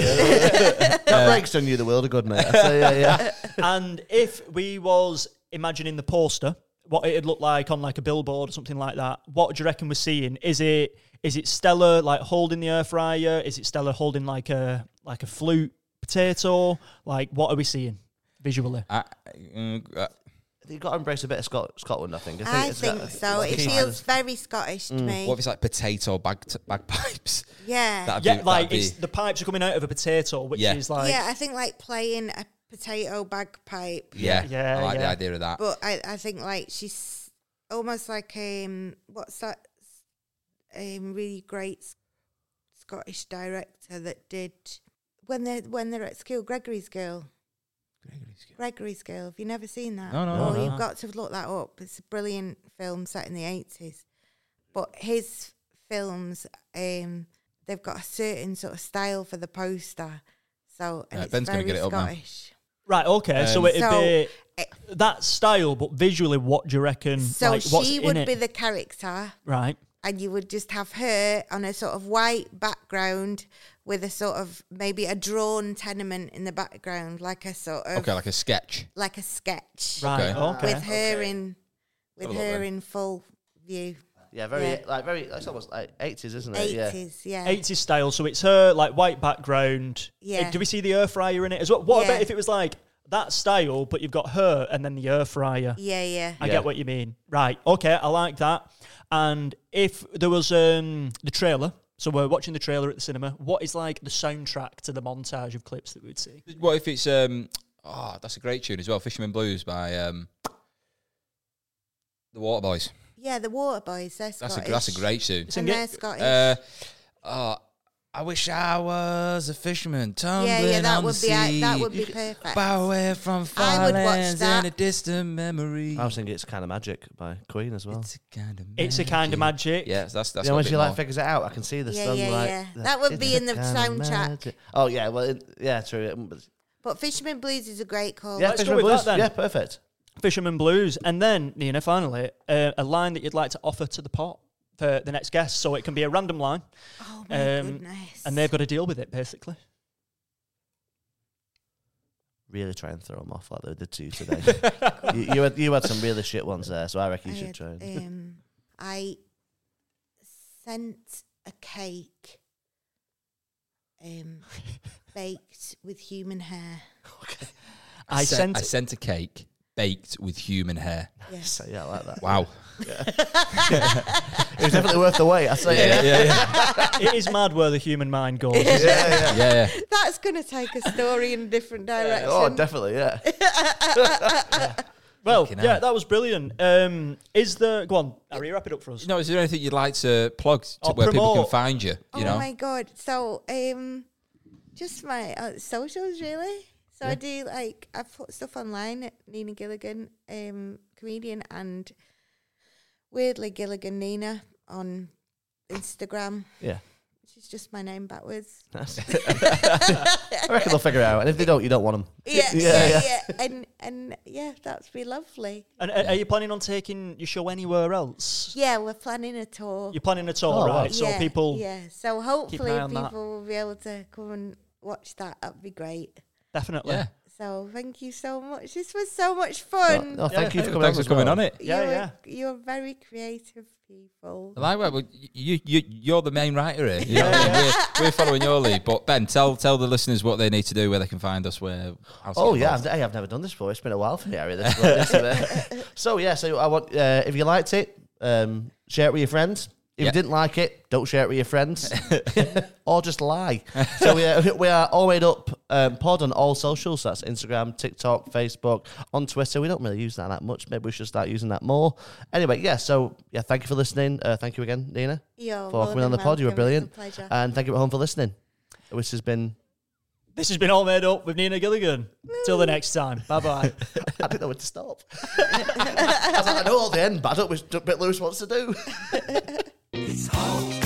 S3: That breaks done you the world of good, mate. So, yeah, yeah.
S2: And if we was imagining the poster, what it'd look like on like a billboard or something like that, what do you reckon we're seeing? Is it is it Stella like holding the air fryer? Is it Stella holding like a like a flute potato? Like what are we seeing visually?
S1: I, mm, uh,
S3: You've got to embrace a bit of Scot- Scotland, I think. I think,
S4: I
S3: it's
S4: think
S3: got-
S4: so.
S3: it's
S4: It
S3: key-
S4: feels very Scottish to me.
S1: what if it's like potato bag bagpipes?
S4: yeah.
S1: That'd
S2: yeah,
S1: be,
S2: like
S1: that'd
S2: it's,
S1: be-
S2: the pipes are coming out of a potato, which
S1: Yeah.
S2: is like
S4: yeah, I think like playing a potato bagpipe.
S1: yeah,
S2: Yeah,
S1: I like the
S2: yeah.
S1: idea of that.
S4: But I, I think like she's almost like um what's that um really great S- Scottish director that did when they are when they're at school Gregory's Girl. Gregory's Girl. Have you never seen that?
S1: No, no,
S4: Oh,
S1: no, no.
S4: you've got to look that up. It's a brilliant film set in the eighties. But his films, um, they've got a certain sort of style for the poster. So and
S1: Yeah,
S4: it's
S1: Ben's gonna
S4: very
S1: get it up now.
S4: Scottish.
S2: right, okay. so
S1: Um,
S2: it'd
S4: So,
S2: be
S4: eh,
S2: that style, but visually, what do you reckon?
S4: So
S2: like, what's
S4: she
S2: in
S4: would
S2: it?
S4: be the character
S2: right.
S4: and you would just have her on a sort of white background with a sort of maybe a drawn tenement in the background, like a sort of
S1: Okay, like a sketch.
S4: like a sketch
S2: Right. Okay.
S4: with her in with
S1: Have a look
S4: her
S1: then.
S4: in full view.
S3: Yeah, very
S4: Yeah.
S3: like very. It's almost like eighties, isn't it? Yeah.
S4: Eighties, yeah.
S2: 80s style, so it's her like white background. Uh,
S4: Yeah.
S2: Do we see the air fryer in it as well? What about
S4: Yeah.
S2: if it was like that style, but you've got her and then the air fryer?
S4: Yeah, yeah.
S2: I
S1: Yeah.
S2: get what you mean. Right. Okay. I like that. And if there was um, the trailer, so we're watching the trailer at the cinema. What is like the soundtrack to the montage of clips that we'd see?
S1: What if it's um? Oh, that's a great tune as well. Fisherman Blues by um, the Waterboys.
S4: Yeah, the water boys, they're Scottish.
S1: That's a that's a great tune.
S4: and
S2: Sing it.
S4: they're Scottish.
S1: Uh, oh, I wish I was a fisherman tumbling
S4: yeah, yeah, that
S1: on
S4: would
S1: the
S4: be
S1: sea.
S4: that would be perfect.
S1: Far away from
S4: I
S1: far
S4: would watch
S1: lands
S4: that.
S1: and a distant memory.
S3: I was thinking it's kind of magic by Queen as well.
S1: It's a kind of
S2: It's a kind of magic.
S1: Yeah, that's that's.
S3: you know,
S1: got a
S3: when
S1: bit
S3: she like
S1: more.
S3: figures it out, I can see the
S4: Yeah,
S3: sun.
S4: yeah,
S3: like,
S4: yeah.
S3: the-
S4: That would be in the
S3: It's a kind of
S4: soundtrack.
S3: magic. Oh yeah, well, it, yeah, true. It- but-
S4: But Fisherman Blues is a great call.
S3: Yeah,
S2: let's go
S3: Fisherman
S2: with that
S3: Blues.
S2: then.
S3: Yeah, perfect.
S2: Fisherman Blues. And then, Nina, finally, uh, a line that you'd like to offer to the pot for the next guest. So it can be a random line.
S4: Oh my
S2: Um,
S4: goodness.
S2: And they've got to deal with it, basically.
S3: Really try and throw them off like they did to you today. you, you had you had some really shit ones there, so I reckon you
S4: I
S3: should
S4: had,
S3: try. And,
S4: Um, I sent a cake um, baked with human hair.
S2: I, sent,
S1: I sent a cake baked with human hair.
S4: Yes.
S3: so, yeah, I like that.
S1: Wow.
S3: It was definitely worth the wait. I say.
S1: yeah, yeah, yeah.
S2: it is mad where the human mind goes. isn't it?
S1: yeah, yeah.
S4: That's going to take a story in a different direction.
S3: Oh, definitely, yeah.
S2: well,
S1: Fucking
S2: yeah,
S1: hell.
S2: that was brilliant. Um, is the go on, Harry, wrap it up for us.
S1: No, is there anything you'd like to plug to
S2: Or
S1: where people
S2: promote.
S1: can find you? You
S4: oh
S1: know,
S4: my god! So, um, just my uh, socials really. So I do like I put stuff online at Nina Gilligan, um, comedian, and weirdly Gilligan Nina on Instagram.
S3: Yeah.
S4: She's just my name backwards.
S3: I reckon they'll figure it out. And if they don't, you don't want them.
S4: Yeah, yeah,
S3: Yeah,
S4: yeah, and and yeah, that's be lovely.
S2: And uh, are you planning on taking your show anywhere else?
S4: Yeah, we're planning a tour.
S2: You're planning a tour,
S3: Oh, wow.
S2: right? So
S4: yeah,
S2: people
S4: yeah. So hopefully
S2: eye on
S4: people
S2: that.
S4: will be able to come and watch that. That'd be great.
S2: definitely.
S1: yeah.
S4: So thank you so much. This was so much fun.
S3: No, Oh, thank you for coming.
S1: Thanks
S3: on
S1: for coming on it.
S2: Yeah,
S4: you're,
S2: yeah.
S4: You're very creative people.
S1: Like, well, you, you, you're the main writer here. You know what I mean? we're, we're following your lead. But Ben, tell tell the listeners what they need to do, where they can find us, where. how to
S3: Oh
S1: get
S3: yeah,
S1: involved.
S3: I've, hey, I've never done this before. It's been a while for me, Harry. This, but this is it. so yeah, so I want uh, if you liked it, um, share it with your friends. If
S1: Yeah.
S3: you didn't like it, don't share it with your friends, or just lie. So we are, we are all made up um, pod on all socials. So that's Instagram, TikTok, Facebook, on Twitter. We don't really use that that much. Maybe we should start using that more. Anyway, yeah. So yeah, thank you for listening. Uh, thank you again, Nina,
S4: You're
S3: for
S4: more
S3: coming on the
S4: than
S3: pod. You were
S4: welcome. It's
S3: brilliant,
S4: a
S3: Uh,
S4: pleasure.
S3: and thank you at home for listening. Which has been
S2: This has been all made up with Nina Gilligan. Till
S4: Mm.
S2: the next time. Bye bye.
S3: I didn't know when to stop. I was like, I know all the end, but I don't know which bit Lewis wants to do.
S5: It's all